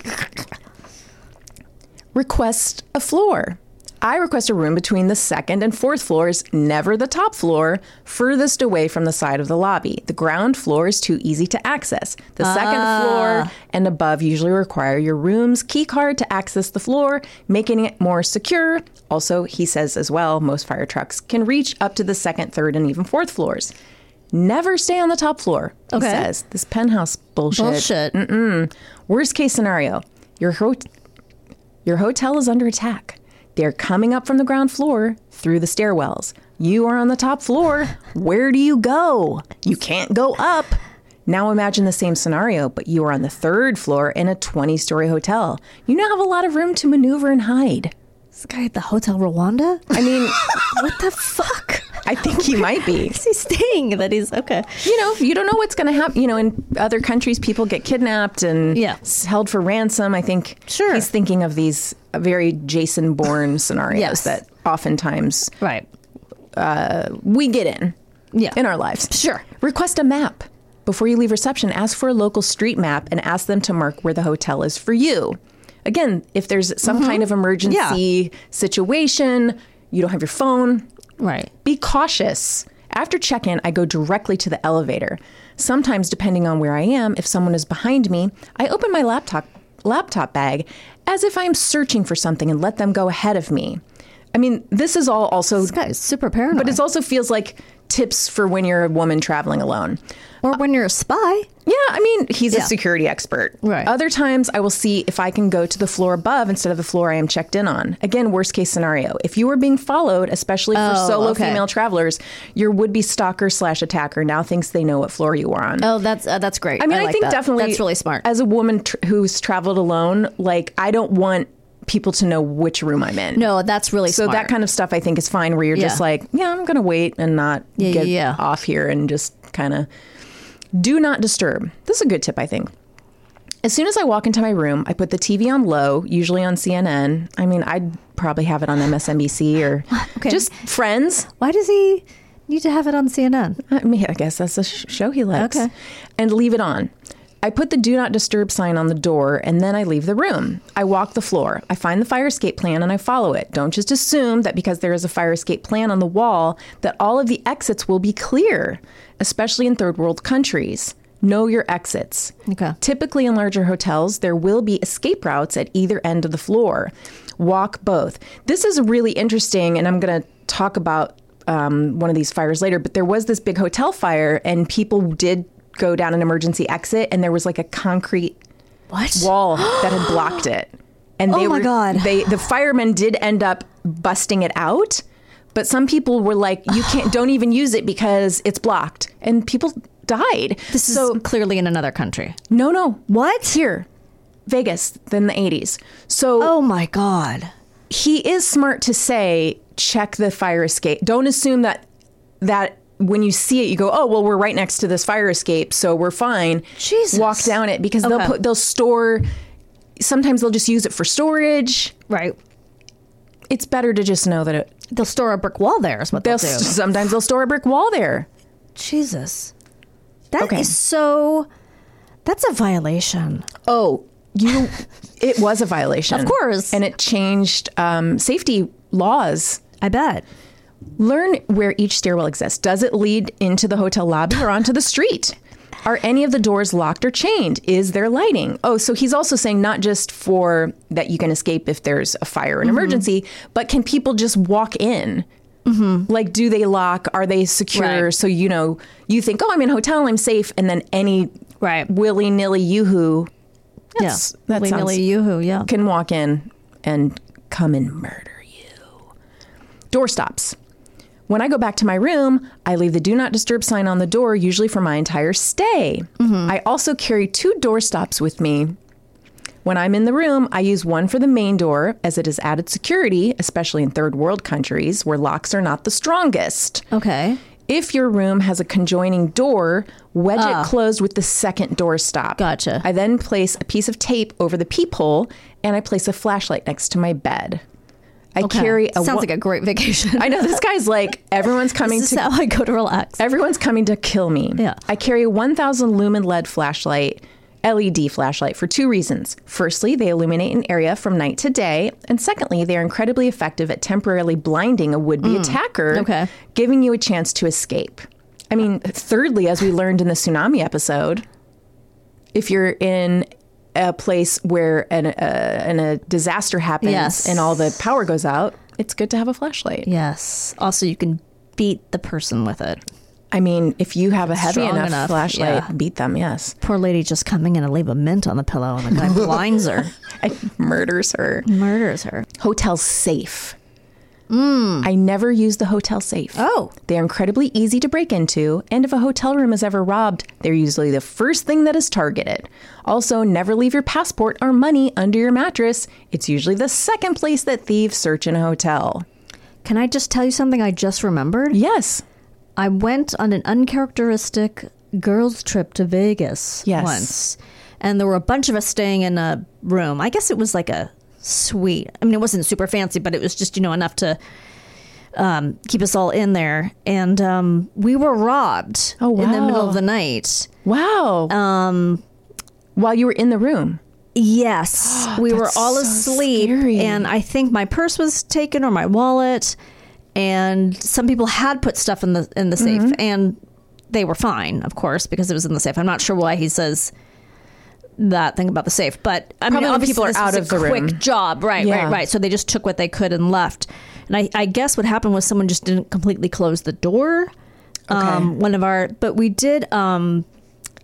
Speaker 2: request a floor. I request a room between the second and fourth floors, never the top floor, furthest away from the side of the lobby. The ground floor is too easy to access. The second floor and above usually require your room's key card to access the floor, making it more secure. Also, he says as well, most fire trucks can reach up to the second, third, and even fourth floors. Never stay on the top floor, he
Speaker 3: Okay.
Speaker 2: says. This penthouse bullshit.
Speaker 3: Bullshit.
Speaker 2: Worst case scenario, your ho- your hotel is under attack. They're coming up from the ground floor through the stairwells. You are on the top floor. Where do you go? You can't go up. Now imagine the same scenario, but you are on the third floor in a 20 story hotel. You now have a lot of room to maneuver and hide.
Speaker 3: This guy at the Hotel Rwanda.
Speaker 2: I mean,
Speaker 3: what the fuck?
Speaker 2: I think he might be.
Speaker 3: Is he staying? That he's okay.
Speaker 2: You know, you don't know what's going to happen. You know, in other countries, people get kidnapped and
Speaker 3: Yeah.
Speaker 2: s- held for ransom. I think
Speaker 3: Sure.
Speaker 2: he's thinking of these uh, very Jason Bourne scenarios
Speaker 3: Yes.
Speaker 2: that oftentimes
Speaker 3: Right.
Speaker 2: we get in
Speaker 3: Yeah.
Speaker 2: in our lives.
Speaker 3: Sure.
Speaker 2: Request a map. Before you leave reception, ask for a local street map and ask them to mark where the hotel is for you. Again, if there's some
Speaker 3: Mm-hmm.
Speaker 2: kind of emergency situation, you don't have your phone,
Speaker 3: right.
Speaker 2: be cautious. After check in, I go directly to the elevator. Sometimes, depending on where I am, if someone is behind me, I open my laptop, laptop bag as if I am searching for something and let them go ahead of me. I mean, this is all also,
Speaker 3: This guy is super paranoid.
Speaker 2: but it also feels like tips for when you're a woman traveling alone.
Speaker 3: or when you're a spy.
Speaker 2: Yeah, I mean, he's a
Speaker 3: Yeah.
Speaker 2: security expert.
Speaker 3: Right.
Speaker 2: Other times, I will see if I can go to the floor above instead of the floor I am checked in on. Again, worst case scenario. If you are being followed, especially for solo
Speaker 3: Oh, okay.
Speaker 2: female travelers, your would be stalker slash attacker now thinks they know what floor you are on.
Speaker 3: Oh, that's uh, that's great.
Speaker 2: I mean, I,
Speaker 3: like
Speaker 2: think
Speaker 3: that.
Speaker 2: definitely
Speaker 3: that's really smart.
Speaker 2: As a woman tr- who's traveled alone, like I don't want people to know which room I'm in.
Speaker 3: no, that's really
Speaker 2: So
Speaker 3: smart.
Speaker 2: that kind of stuff I think is fine where you're just
Speaker 3: Yeah.
Speaker 2: like, yeah, I'm going to wait and not
Speaker 3: Yeah,
Speaker 2: get
Speaker 3: yeah, yeah.
Speaker 2: off here and just kind of do not disturb. This is a good tip, I think. As soon as I walk into my room, I put the TV on low, usually on CNN. I mean, I'd probably have it on MSNBC or
Speaker 3: Okay.
Speaker 2: just friends.
Speaker 3: Why does he need to have it on CNN?
Speaker 2: I mean, I guess that's a sh- show he likes.
Speaker 3: Okay.
Speaker 2: And leave it on. I put the do not disturb sign on the door and then I leave the room. I walk the floor. I find the fire escape plan and I follow it. Don't just assume that because there is a fire escape plan on the wall that all of the exits will be clear, especially in third world countries. Know your exits.
Speaker 3: Okay.
Speaker 2: Typically, in larger hotels, there will be escape routes at either end of the floor. Walk both. This is really interesting, and I'm going to talk about um, one of these fires later. But there was this big hotel fire, and people did go down an emergency exit, and there was like a concrete
Speaker 3: What?
Speaker 2: wall that had blocked it. And they
Speaker 3: Oh my
Speaker 2: were,
Speaker 3: God.
Speaker 2: They the firemen did end up busting it out, but some people were like, "You can't, don't even use it because it's blocked," and people died.
Speaker 3: This is
Speaker 2: so
Speaker 3: clearly in another country.
Speaker 2: no, no,
Speaker 3: What?
Speaker 2: here, Vegas, than the 80s. So
Speaker 3: Oh my god.
Speaker 2: he is smart to say, check the fire escape. Don't assume that that when you see it, you go, oh well, we're right next to this fire escape, so we're fine.
Speaker 3: Jesus.
Speaker 2: walk down it because they'll
Speaker 3: Okay.
Speaker 2: put they'll store. Sometimes they'll just use it for storage.
Speaker 3: Right.
Speaker 2: It's better to just know that it,
Speaker 3: They'll store a brick wall there. Is what
Speaker 2: they'll
Speaker 3: they'll, do.
Speaker 2: sometimes they'll store a brick wall there.
Speaker 3: Jesus. that is
Speaker 2: Okay.
Speaker 3: so. That's a violation.
Speaker 2: Oh, you! it was a violation,
Speaker 3: Of course.
Speaker 2: and it changed um, safety laws
Speaker 3: I bet.
Speaker 2: Learn where each stairwell exists. Does it lead into the hotel lobby or onto the street? Are any of the doors locked or chained? Is there lighting? Oh, so he's also saying not just for that you can escape if there's a fire or an emergency, but can people just walk in? Like, do they lock? Are they secure?
Speaker 3: Right.
Speaker 2: So, you know, you think, oh, I'm in a hotel, I'm safe. And then any
Speaker 3: Right.
Speaker 2: willy nilly yoo-hoo
Speaker 3: Yes.
Speaker 2: That's- that
Speaker 3: Willy
Speaker 2: sounds-
Speaker 3: nilly yoo-hoo, yeah.
Speaker 2: can walk in and come and murder you. Door stops. When I go back to my room, I leave the do not disturb sign on the door, usually for my entire stay. I also carry two door stops with me. When I'm in the room, I use one for the main door as it is added security, especially in third world countries where locks are not the strongest.
Speaker 3: Okay.
Speaker 2: If your room has a conjoining door, wedge it closed with the second door stop.
Speaker 3: Ah. Gotcha.
Speaker 2: I then place a piece of tape over the peephole and I place a flashlight next to my bed. I carry a
Speaker 3: Sounds
Speaker 2: wo-
Speaker 3: like a great vacation.
Speaker 2: I know this guy's like everyone's coming
Speaker 3: this is
Speaker 2: to
Speaker 3: how I go to relax.
Speaker 2: everyone's coming to kill me.
Speaker 3: Yeah.
Speaker 2: I carry a 1000 lumen lead flashlight, LED flashlight for two reasons. Firstly, they illuminate an area from night to day, and secondly, they are incredibly effective at temporarily blinding a would-be attacker,
Speaker 3: Mm. Okay.
Speaker 2: giving you a chance to escape. I mean, thirdly, as we learned in the tsunami episode, if you're in a place where an, uh, and a disaster happens
Speaker 3: Yes.
Speaker 2: and all the power goes out, it's good to have a flashlight.
Speaker 3: Yes. Also, you can beat the person with it.
Speaker 2: I mean, if you have a heavy
Speaker 3: Strong
Speaker 2: enough,
Speaker 3: enough,
Speaker 2: flashlight,
Speaker 3: yeah.
Speaker 2: beat them, yes.
Speaker 3: Poor lady just coming in and leave a mint on the pillow, and the guy blinds her,
Speaker 2: And murders her.
Speaker 3: murders her.
Speaker 2: Hotel safe. I never use the hotel safe.
Speaker 3: Mm. Oh.
Speaker 2: They are incredibly easy to break into, and if a hotel room is ever robbed, they're usually the first thing that is targeted. Also, never leave your passport or money under your mattress. It's usually the second place that thieves search in a hotel.
Speaker 3: Can I just tell you something I just remembered?
Speaker 2: Yes.
Speaker 3: I went on an uncharacteristic girls' trip to Vegas
Speaker 2: Yes.
Speaker 3: once, and there were a bunch of us staying in a room. I guess it was like a suite. I mean, it wasn't super fancy, but it was just you know enough to um, keep us all in there. And um, we were robbed
Speaker 2: Oh,
Speaker 3: in the middle
Speaker 2: wow.
Speaker 3: of the night.
Speaker 2: Wow. Um, While you were in the room.
Speaker 3: Yes, we were
Speaker 2: That's
Speaker 3: all
Speaker 2: so
Speaker 3: asleep,
Speaker 2: scary.
Speaker 3: and I think my purse was taken or my wallet, and some people had put stuff in the in the safe, and they were fine, of course, because it was in the safe. I'm not sure why he says that thing about the safe, but I
Speaker 2: Probably
Speaker 3: mean,
Speaker 2: when
Speaker 3: obviously
Speaker 2: people are
Speaker 3: this
Speaker 2: out
Speaker 3: was
Speaker 2: of
Speaker 3: a
Speaker 2: the
Speaker 3: quick
Speaker 2: room.
Speaker 3: job, right,
Speaker 2: Yeah.
Speaker 3: right, right. So they just took what they could and left, and I, I guess what happened was someone just didn't completely close the door. Um, one of our, but we did um,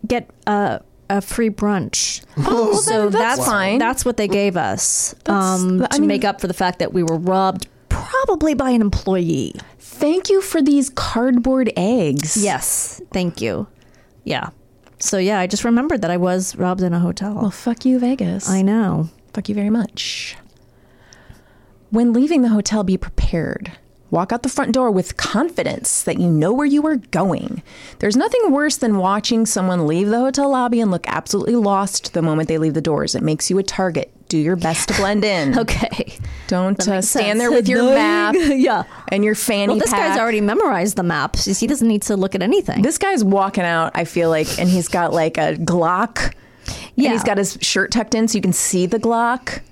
Speaker 3: get a, a free brunch.
Speaker 2: Oh,
Speaker 3: So that's,
Speaker 2: fine.
Speaker 3: That's what they gave us um,
Speaker 2: I
Speaker 3: to
Speaker 2: mean-
Speaker 3: make up for the fact that we were robbed, probably by an employee.
Speaker 2: Thank you for these cardboard eggs.
Speaker 3: Yes, thank you. Yeah. So yeah, I just remembered that I was robbed in a hotel.
Speaker 2: Well, fuck you, Vegas.
Speaker 3: I know.
Speaker 2: Fuck you very much. When leaving the hotel, be prepared. Walk out the front door with confidence that you know where you are going. There's nothing worse than watching someone leave the hotel lobby and look absolutely lost the moment they leave the doors. It makes you a target. Do your best to blend in.
Speaker 3: Okay.
Speaker 2: Don't uh,
Speaker 3: makes
Speaker 2: stand
Speaker 3: sense.
Speaker 2: there with your
Speaker 3: No.
Speaker 2: map
Speaker 3: yeah.
Speaker 2: and your fanny
Speaker 3: Well, this guy's
Speaker 2: pack.
Speaker 3: already memorized the maps. He doesn't need to look at anything.
Speaker 2: This guy's walking out, I feel like, and he's got like a Glock.
Speaker 3: yeah.
Speaker 2: And he's got his shirt tucked in so you can see the Glock.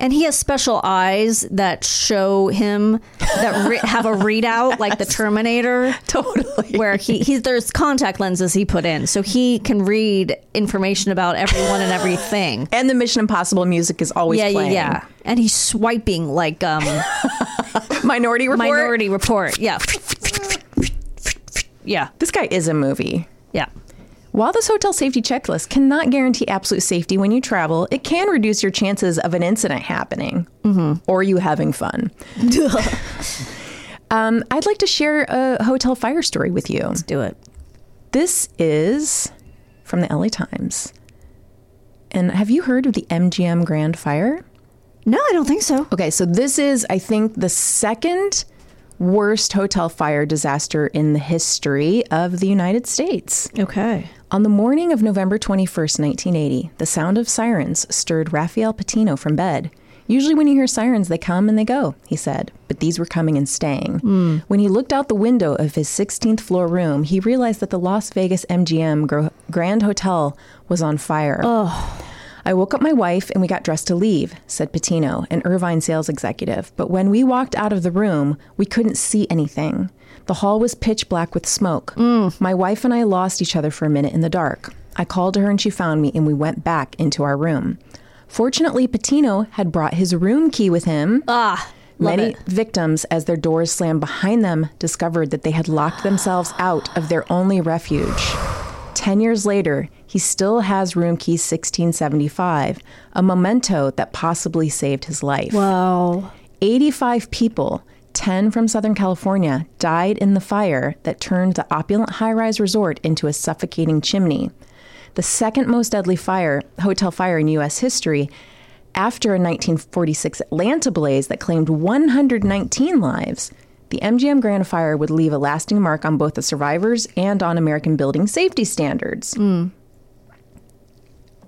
Speaker 3: and he has special eyes that show him that re- have a readout like the Terminator.
Speaker 2: Totally.
Speaker 3: where he he's there's contact lenses he put in so he can read information about everyone and everything
Speaker 2: and the Mission Impossible music is always
Speaker 3: yeah yeah
Speaker 2: playing.
Speaker 3: yeah and he's swiping like um
Speaker 2: Minority Report.
Speaker 3: minority report yeah yeah
Speaker 2: This guy is a movie.
Speaker 3: yeah
Speaker 2: While this hotel safety checklist cannot guarantee absolute safety when you travel, it can reduce your chances of an incident happening
Speaker 3: Mm-hmm.
Speaker 2: or you having fun. um, I'd like to share a hotel fire story with you.
Speaker 3: do it
Speaker 2: This is from the LA Times. And have you heard of the MGM Grand Fire?
Speaker 3: no i don't think so
Speaker 2: Okay, so this is, I think, the second worst hotel fire disaster in the history of the United States.
Speaker 3: okay
Speaker 2: On the morning of November 21st, 1980, the sound of sirens stirred Raphael Patino from bed. Usually, when you hear sirens, they come and they go, he said, but these were coming and staying. When he looked out the window of his 16th floor room, he realized that the Las Vegas MGM Gro- Grand Hotel was on fire. I woke up my wife and we got dressed to leave, said Patino, an Irvine sales executive. But when we walked out of the room, we couldn't see anything. The hall was pitch black with smoke. My wife and I lost each other for a minute in the dark. I called to her and she found me, and we went back into our room. Fortunately, Patino had brought his room key with him. Ah. Many
Speaker 3: it.
Speaker 2: victims, as their doors slammed behind them, discovered that they had locked themselves out of their only refuge. Ten years later, he still has room key 1675, a memento that possibly saved his life.
Speaker 3: Wow.
Speaker 2: 85 people, 10 from Southern California, died in the fire that turned the opulent high rise resort into a suffocating chimney. The second most deadly fire, hotel fire in U.S. history, after a 1946 Atlanta blaze that claimed 119 lives. The MGM Grand Fire would leave a lasting mark on both the survivors and on American building safety standards.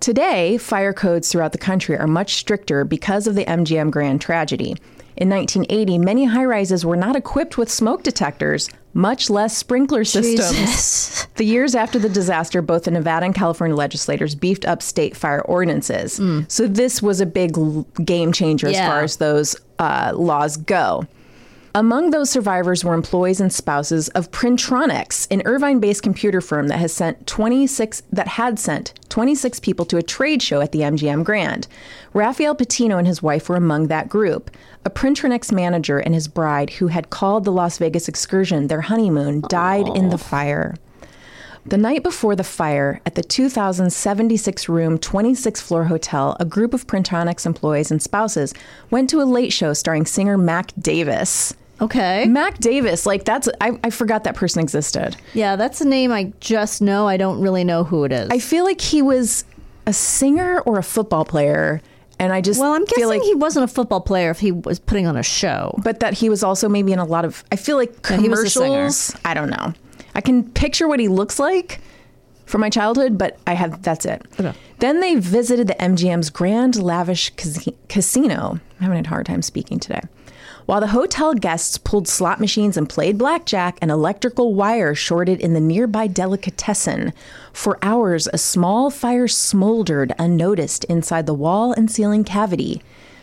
Speaker 2: Today, fire codes throughout the country are much stricter because of the MGM Grand tragedy. In 1980, many high rises were not equipped with smoke detectors, much less sprinkler systems.
Speaker 3: Jesus.
Speaker 2: The years after the disaster, both the Nevada and California legislators beefed up state fire ordinances. So this was a big l- game changer as
Speaker 3: Mm. Yeah.
Speaker 2: far as those uh, laws go. Among those survivors were employees and spouses of Printronics, an Irvine-based computer firm that has sent 26 that had sent 26 people to a trade show at the MGM Grand. Rafael Patino and his wife were among that group. A Printronics manager and his bride, who had called the Las Vegas excursion their honeymoon, died in the fire. The night before the fire at the 2076 room, 26 floor hotel, a group of Printronix employees and spouses went to a late show starring singer Mac Davis.
Speaker 3: Okay.
Speaker 2: Mac Davis, like that's, I, I forgot that person existed.
Speaker 3: Yeah, that's a name I just know. I don't really know who it is.
Speaker 2: I feel like he was a singer or a football player. And I just
Speaker 3: well, I'm guessing
Speaker 2: feel like,
Speaker 3: he wasn't a football player if he was putting on a show.
Speaker 2: but that he was also maybe in a lot of, I feel like
Speaker 3: he was a
Speaker 2: commercials.
Speaker 3: singer.
Speaker 2: I don't know. I can picture what he looks like. from my childhood, but I have that's it. Then they visited the MGM's grand lavish casi- casino. I'm having a hard time speaking today. While the hotel guests pulled slot machines and played blackjack, an electrical wire shorted in the nearby delicatessen. For hours, a small fire smoldered unnoticed inside the wall and ceiling cavity.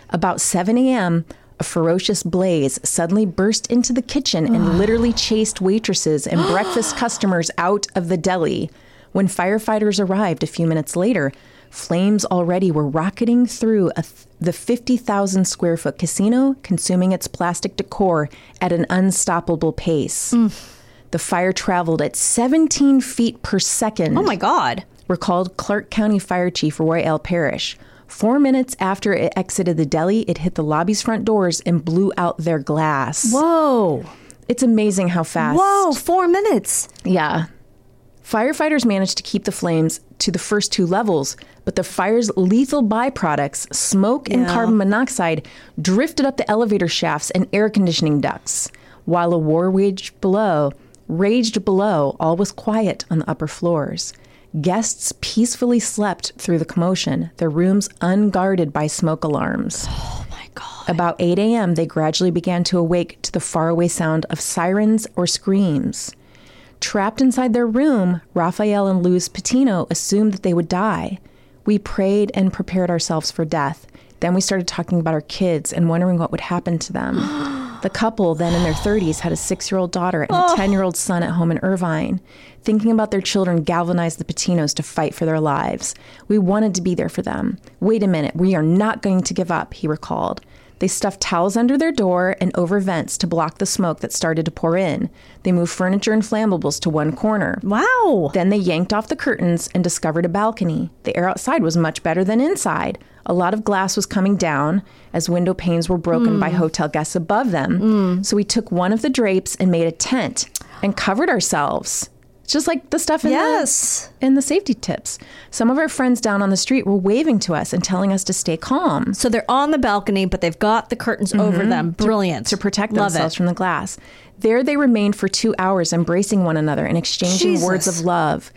Speaker 2: About 7 a.m., a ferocious blaze suddenly burst into the kitchen and literally chased waitresses and breakfast customers out of the deli. When firefighters arrived a few minutes later, flames already were rocketing through a th- the 50,000 square foot casino, consuming its plastic decor at an unstoppable pace.
Speaker 3: Mm.
Speaker 2: The fire traveled at 17 feet per second
Speaker 3: Oh my God.
Speaker 2: recalled Clark County Fire Chief Roy L. Parrish. Four minutes after it exited the deli, it hit the lobby's front doors and blew out their glass.
Speaker 3: Whoa.
Speaker 2: It's amazing how fast.
Speaker 3: Whoa, Oh, four minutes.
Speaker 2: Yeah. Firefighters managed to keep the flames to the first two levels, but the fire's lethal byproducts, smoke and carbon monoxide, drifted up the elevator shafts and air conditioning ducts. While a war waged below, raged below, all was quiet on the upper floors. Guests peacefully slept through the commotion, their rooms unguarded by smoke alarms. About 8 a.m., they gradually began to awake to the faraway sound of sirens or screams. Trapped inside their room, Raphael and Luz Patino assumed that they would die. We prayed and prepared ourselves for death. Then we started talking about our kids and wondering what would happen to them. The couple, then in their 30s, had a six year old daughter and a 10 year old son at home in Irvine. Thinking about their children galvanized the Patinos to fight for their lives. We wanted to be there for them. Wait a minute, we are not going to give up, he recalled. They stuffed towels under their door and over vents to block the smoke that started to pour in. They moved furniture and flammables to one corner.
Speaker 3: Wow.
Speaker 2: Then they yanked off the curtains and discovered a balcony. The air outside was much better than inside. A lot of glass was coming down as window panes were broken by hotel guests above them. So we took one of the drapes and made a tent and covered ourselves. It's Just like the stuff in
Speaker 3: Yes.
Speaker 2: the in the safety tips. Some of our friends down on the street were waving to us and telling us to stay calm.
Speaker 3: So they're on the balcony, but they've got the curtains over them. Brilliant.
Speaker 2: Mm-hmm. to protect
Speaker 3: Love
Speaker 2: themselves
Speaker 3: it.
Speaker 2: from the glass. There they remained for two hours, embracing one another and exchanging
Speaker 3: Jesus.
Speaker 2: words of love.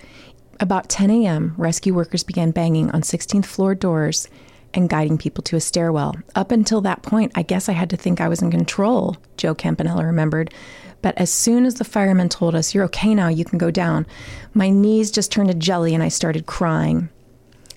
Speaker 2: About 10 a.m., rescue workers began banging on 16th floor doors and guiding people to a stairwell. Up until that point, I guess I had to think I was in control, Joe Campanella remembered. But as soon as the firemen told us, You're okay now, you can go down, my knees just turned to jelly and I started crying.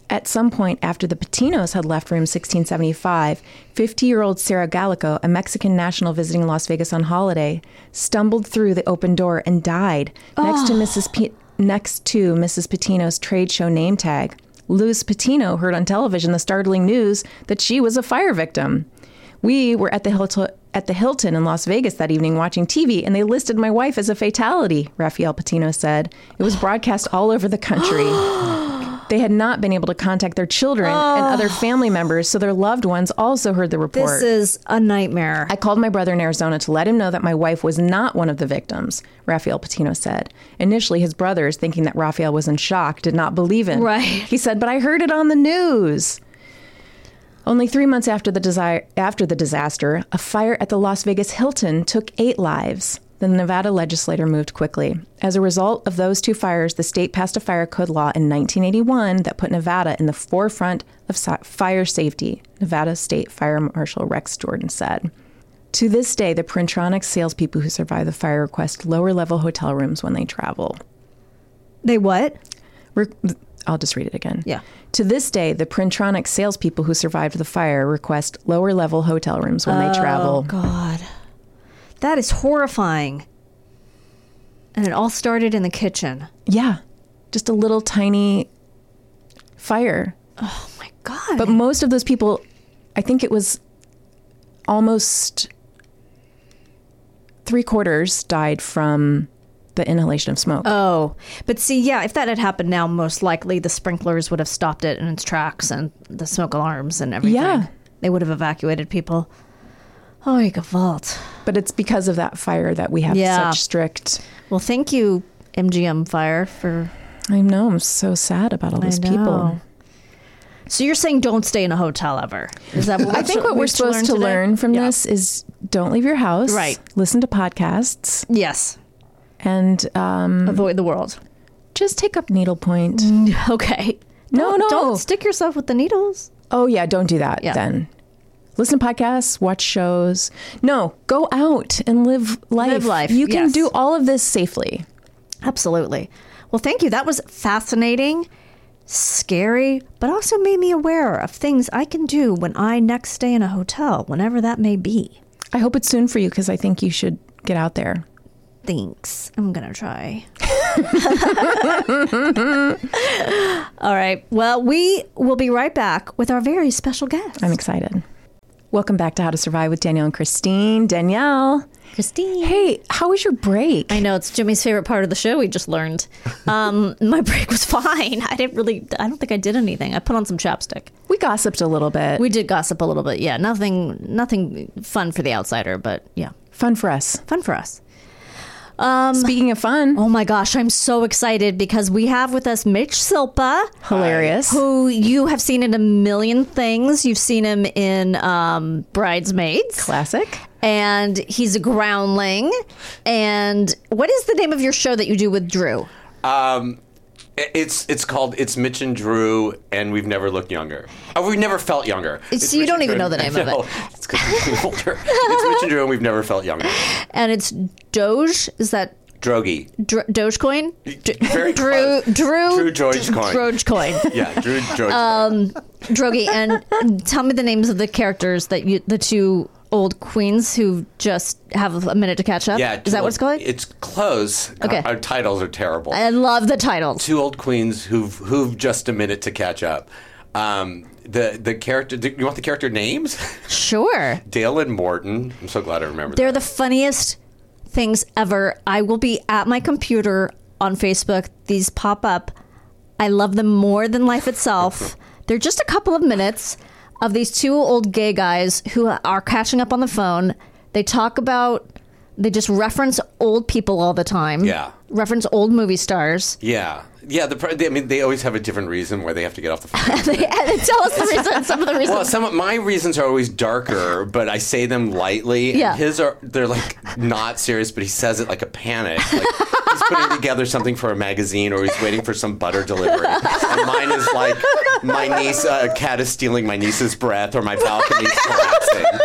Speaker 2: At some point after the Patinos had left room 1675, 50 year old Sarah Gallico, a Mexican national visiting Las Vegas on holiday, stumbled through the open door and died next to Mrs. P- next to Mrs. Patino's trade show name tag. Luz Patino heard on television the startling news that she was a fire victim. We were at the hotel at the Hilton in Las Vegas that evening watching TV, and they listed my wife as a fatality, Rafael Patino said. It was broadcast all over the country. They had not been able to contact their children and other family members, so their loved ones also heard the report.
Speaker 3: This is a nightmare.
Speaker 2: I called my brother in Arizona to let him know that my wife was not one of the victims, Rafael Patino said. Initially, his brothers, thinking that Rafael was in shock, did not believe him.
Speaker 3: Right.
Speaker 2: He said, But I heard it on the news. Only three months after the, desire, after the disaster, a fire at the Las Vegas Hilton took eight lives. The Nevada legislature moved quickly. As a result of those two fires, the state passed a fire code law in 1981 that put Nevada in the forefront of si- fire safety, Nevada State Fire Marshal Rex Jordan said. To this day, the Printronics salespeople who survive the fire request lower level hotel rooms when they travel.
Speaker 3: they what?
Speaker 2: Re- I'll just read it again.
Speaker 3: Yeah.
Speaker 2: To this day, the Printronics salespeople who survived the fire request lower level hotel rooms when they travel.
Speaker 3: Oh, God. That is horrifying. And it all started in the kitchen.
Speaker 2: Yeah. Just a little tiny fire.
Speaker 3: My God.
Speaker 2: But most of those people, I think it was almost three quarters died from the inhalation of smoke.
Speaker 3: oh. But see, yeah, if that had happened now, most likely the sprinklers would have stopped it in its tracks and the smoke alarms and everything.
Speaker 2: Yeah.
Speaker 3: They would have evacuated people. Oh, you vault.
Speaker 2: But it's because of that fire that we have
Speaker 3: Yeah.
Speaker 2: such strict.
Speaker 3: Well, thank you, MGM Fire, for
Speaker 2: I know. I'm so sad about all these
Speaker 3: I
Speaker 2: people.
Speaker 3: know. So you're saying don't stay in a hotel ever? Is that what
Speaker 2: I think what we're supposed to learn from this is don't leave your house.
Speaker 3: Right.
Speaker 2: Listen to podcasts
Speaker 3: Yes.
Speaker 2: and um,
Speaker 3: Avoid the world.
Speaker 2: just take up needlepoint.
Speaker 3: Mm. Okay.
Speaker 2: No,
Speaker 3: Don't-
Speaker 2: no.
Speaker 3: Don't stick yourself with the needles.
Speaker 2: Oh yeah, don't do that
Speaker 3: Oh, Yeah.
Speaker 2: then. Listen to podcasts, watch shows. No, go out and live life.
Speaker 3: Live life,
Speaker 2: You can
Speaker 3: yes.
Speaker 2: do all of this safely.
Speaker 3: Absolutely. Well, thank you. That was fascinating, scary, but also made me aware of things I can do when I next stay in a hotel, whenever that may be.
Speaker 2: I hope it's soon for you because I think you should get out there.
Speaker 3: Thanks. I'm going to try. All right. Well, we will be right back with our very special guest,
Speaker 2: I'm excited. Welcome back to How to Survive with Danielle and Christine. Danielle,
Speaker 3: Christine.
Speaker 2: hey, how was your break?
Speaker 3: I know it's Jimmy's favorite part of the show. We just learned. Um, my break was fine. I didn't really. I don't think I did anything. I put on some chapstick.
Speaker 2: we gossiped a little bit.
Speaker 3: We did gossip a little bit. Yeah, nothing. Nothing fun for the outsider, but yeah,
Speaker 2: Fun for us.
Speaker 3: fun for us. Um,
Speaker 2: Speaking of fun,
Speaker 3: Oh my gosh, I'm so excited because we have with us Mitch Silpa,
Speaker 2: hilarious.
Speaker 3: who you have seen in a million things. You've seen him in um, Bridesmaids,
Speaker 2: Classic.
Speaker 3: and he's a groundling. And what is the name of your show that you do with Drew?
Speaker 6: Um, It's it's called it's Mitch and Drew and we've never looked younger. Oh, we've never felt younger. It's
Speaker 3: you
Speaker 6: Mitch
Speaker 3: don't
Speaker 6: and
Speaker 3: even
Speaker 6: Drew
Speaker 3: know the
Speaker 6: and-
Speaker 3: name of
Speaker 6: No,
Speaker 3: it.
Speaker 6: It's because we're getting older. it's Mitch and Drew and we've never felt younger.
Speaker 3: And it's Doge. Is that
Speaker 6: Drogi.
Speaker 3: Dr- Dogecoin? D-
Speaker 6: Very
Speaker 3: Drew,
Speaker 6: close.
Speaker 3: Drew,
Speaker 6: Drew Dogecoin.
Speaker 3: Dogecoin.
Speaker 6: Yeah, Drew Drogi. Um,
Speaker 3: Drogi, and tell me the names of the characters that you, the two old queens who just have a minute to catch up.
Speaker 6: yeah,
Speaker 3: is that what it's called?
Speaker 6: It's close.
Speaker 3: Okay.
Speaker 6: Our titles are terrible.
Speaker 3: I love the titles.
Speaker 6: Two old queens who've who've just a minute to catch up. Um, the the character. Do you want the character names?
Speaker 3: Sure,
Speaker 6: Dale and Morton. I'm so glad I remembered.
Speaker 3: they're
Speaker 6: that.
Speaker 3: the funniest things ever. I will be at my computer on Facebook. These pop up. I love them more than life itself. They're just a couple of minutes of these two old gay guys who are catching up on the phone. They talk about, they just reference old people all the time.
Speaker 6: Yeah.
Speaker 3: Reference old movie stars.
Speaker 6: yeah. Yeah, the, pro- they, I mean, they always have a different reason why they have to get off the phone.
Speaker 3: They, and they tell us the reason, some of the reasons.
Speaker 6: Well, some of my reasons are always darker, but I say them lightly. and
Speaker 3: Yeah.
Speaker 6: his are they're like not serious, but he says it like a panic. Like he's putting together something for a magazine, or he's waiting for some butter delivery. And mine is like my niece, uh, a cat is stealing my niece's breath, or my balcony's collapsing.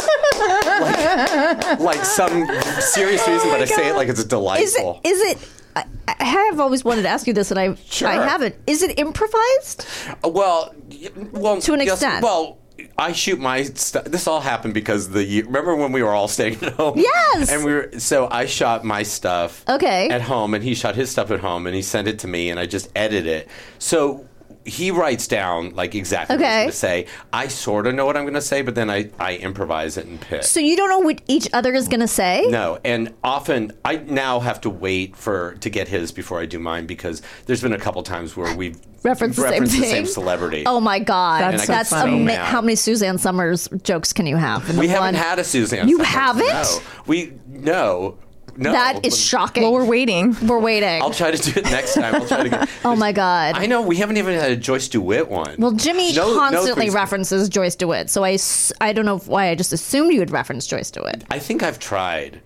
Speaker 6: Like, like some serious reason, but I say it like it's
Speaker 3: Oh is
Speaker 6: delightful.
Speaker 3: it, is it, I, I have always wanted to ask you this and I, I haven't. Is it improvised?
Speaker 6: Uh, Well, y- well,
Speaker 3: To an
Speaker 6: yes,
Speaker 3: extent.
Speaker 6: well, I shoot my stuff. This all happened because the ye- remember when we were all staying at home.
Speaker 3: Yes!
Speaker 6: And we were so I shot my stuff.
Speaker 3: Okay.
Speaker 6: At home, and he shot his stuff at home, and he sent it to me, and I just edit it. So he writes down like exactly what
Speaker 3: Okay.
Speaker 6: I'm going to say. I sort of know what I'm going to say, but then I, I improvise it and pick.
Speaker 3: So you don't know what each other is going to say?
Speaker 6: No, and often I now have to wait for to get his before I do mine because there's been a couple times where we've
Speaker 3: Reference the same
Speaker 6: referenced the
Speaker 3: thing.
Speaker 6: same celebrity.
Speaker 3: Oh my god,
Speaker 2: That's
Speaker 3: that's,
Speaker 6: And I got so
Speaker 3: ama-
Speaker 6: mad.
Speaker 3: how many Suzanne Summers jokes can you have? in
Speaker 6: we
Speaker 3: the one-
Speaker 6: haven't had a Suzanne.
Speaker 3: You
Speaker 6: Summers.
Speaker 3: haven't?
Speaker 6: No, we no no.
Speaker 3: That is shocking.
Speaker 2: Well, we're waiting.
Speaker 3: We're waiting.
Speaker 6: I'll try to do it next time. I'll try to get,
Speaker 3: oh my god.
Speaker 6: I know we haven't even had a Joyce DeWitt one.
Speaker 3: well, Jimmy
Speaker 6: No- no
Speaker 3: constantly
Speaker 6: Queen's-
Speaker 3: references Joyce DeWitt, so I, s- I don't know why I just assumed you would reference Joyce DeWitt.
Speaker 6: I think I've tried.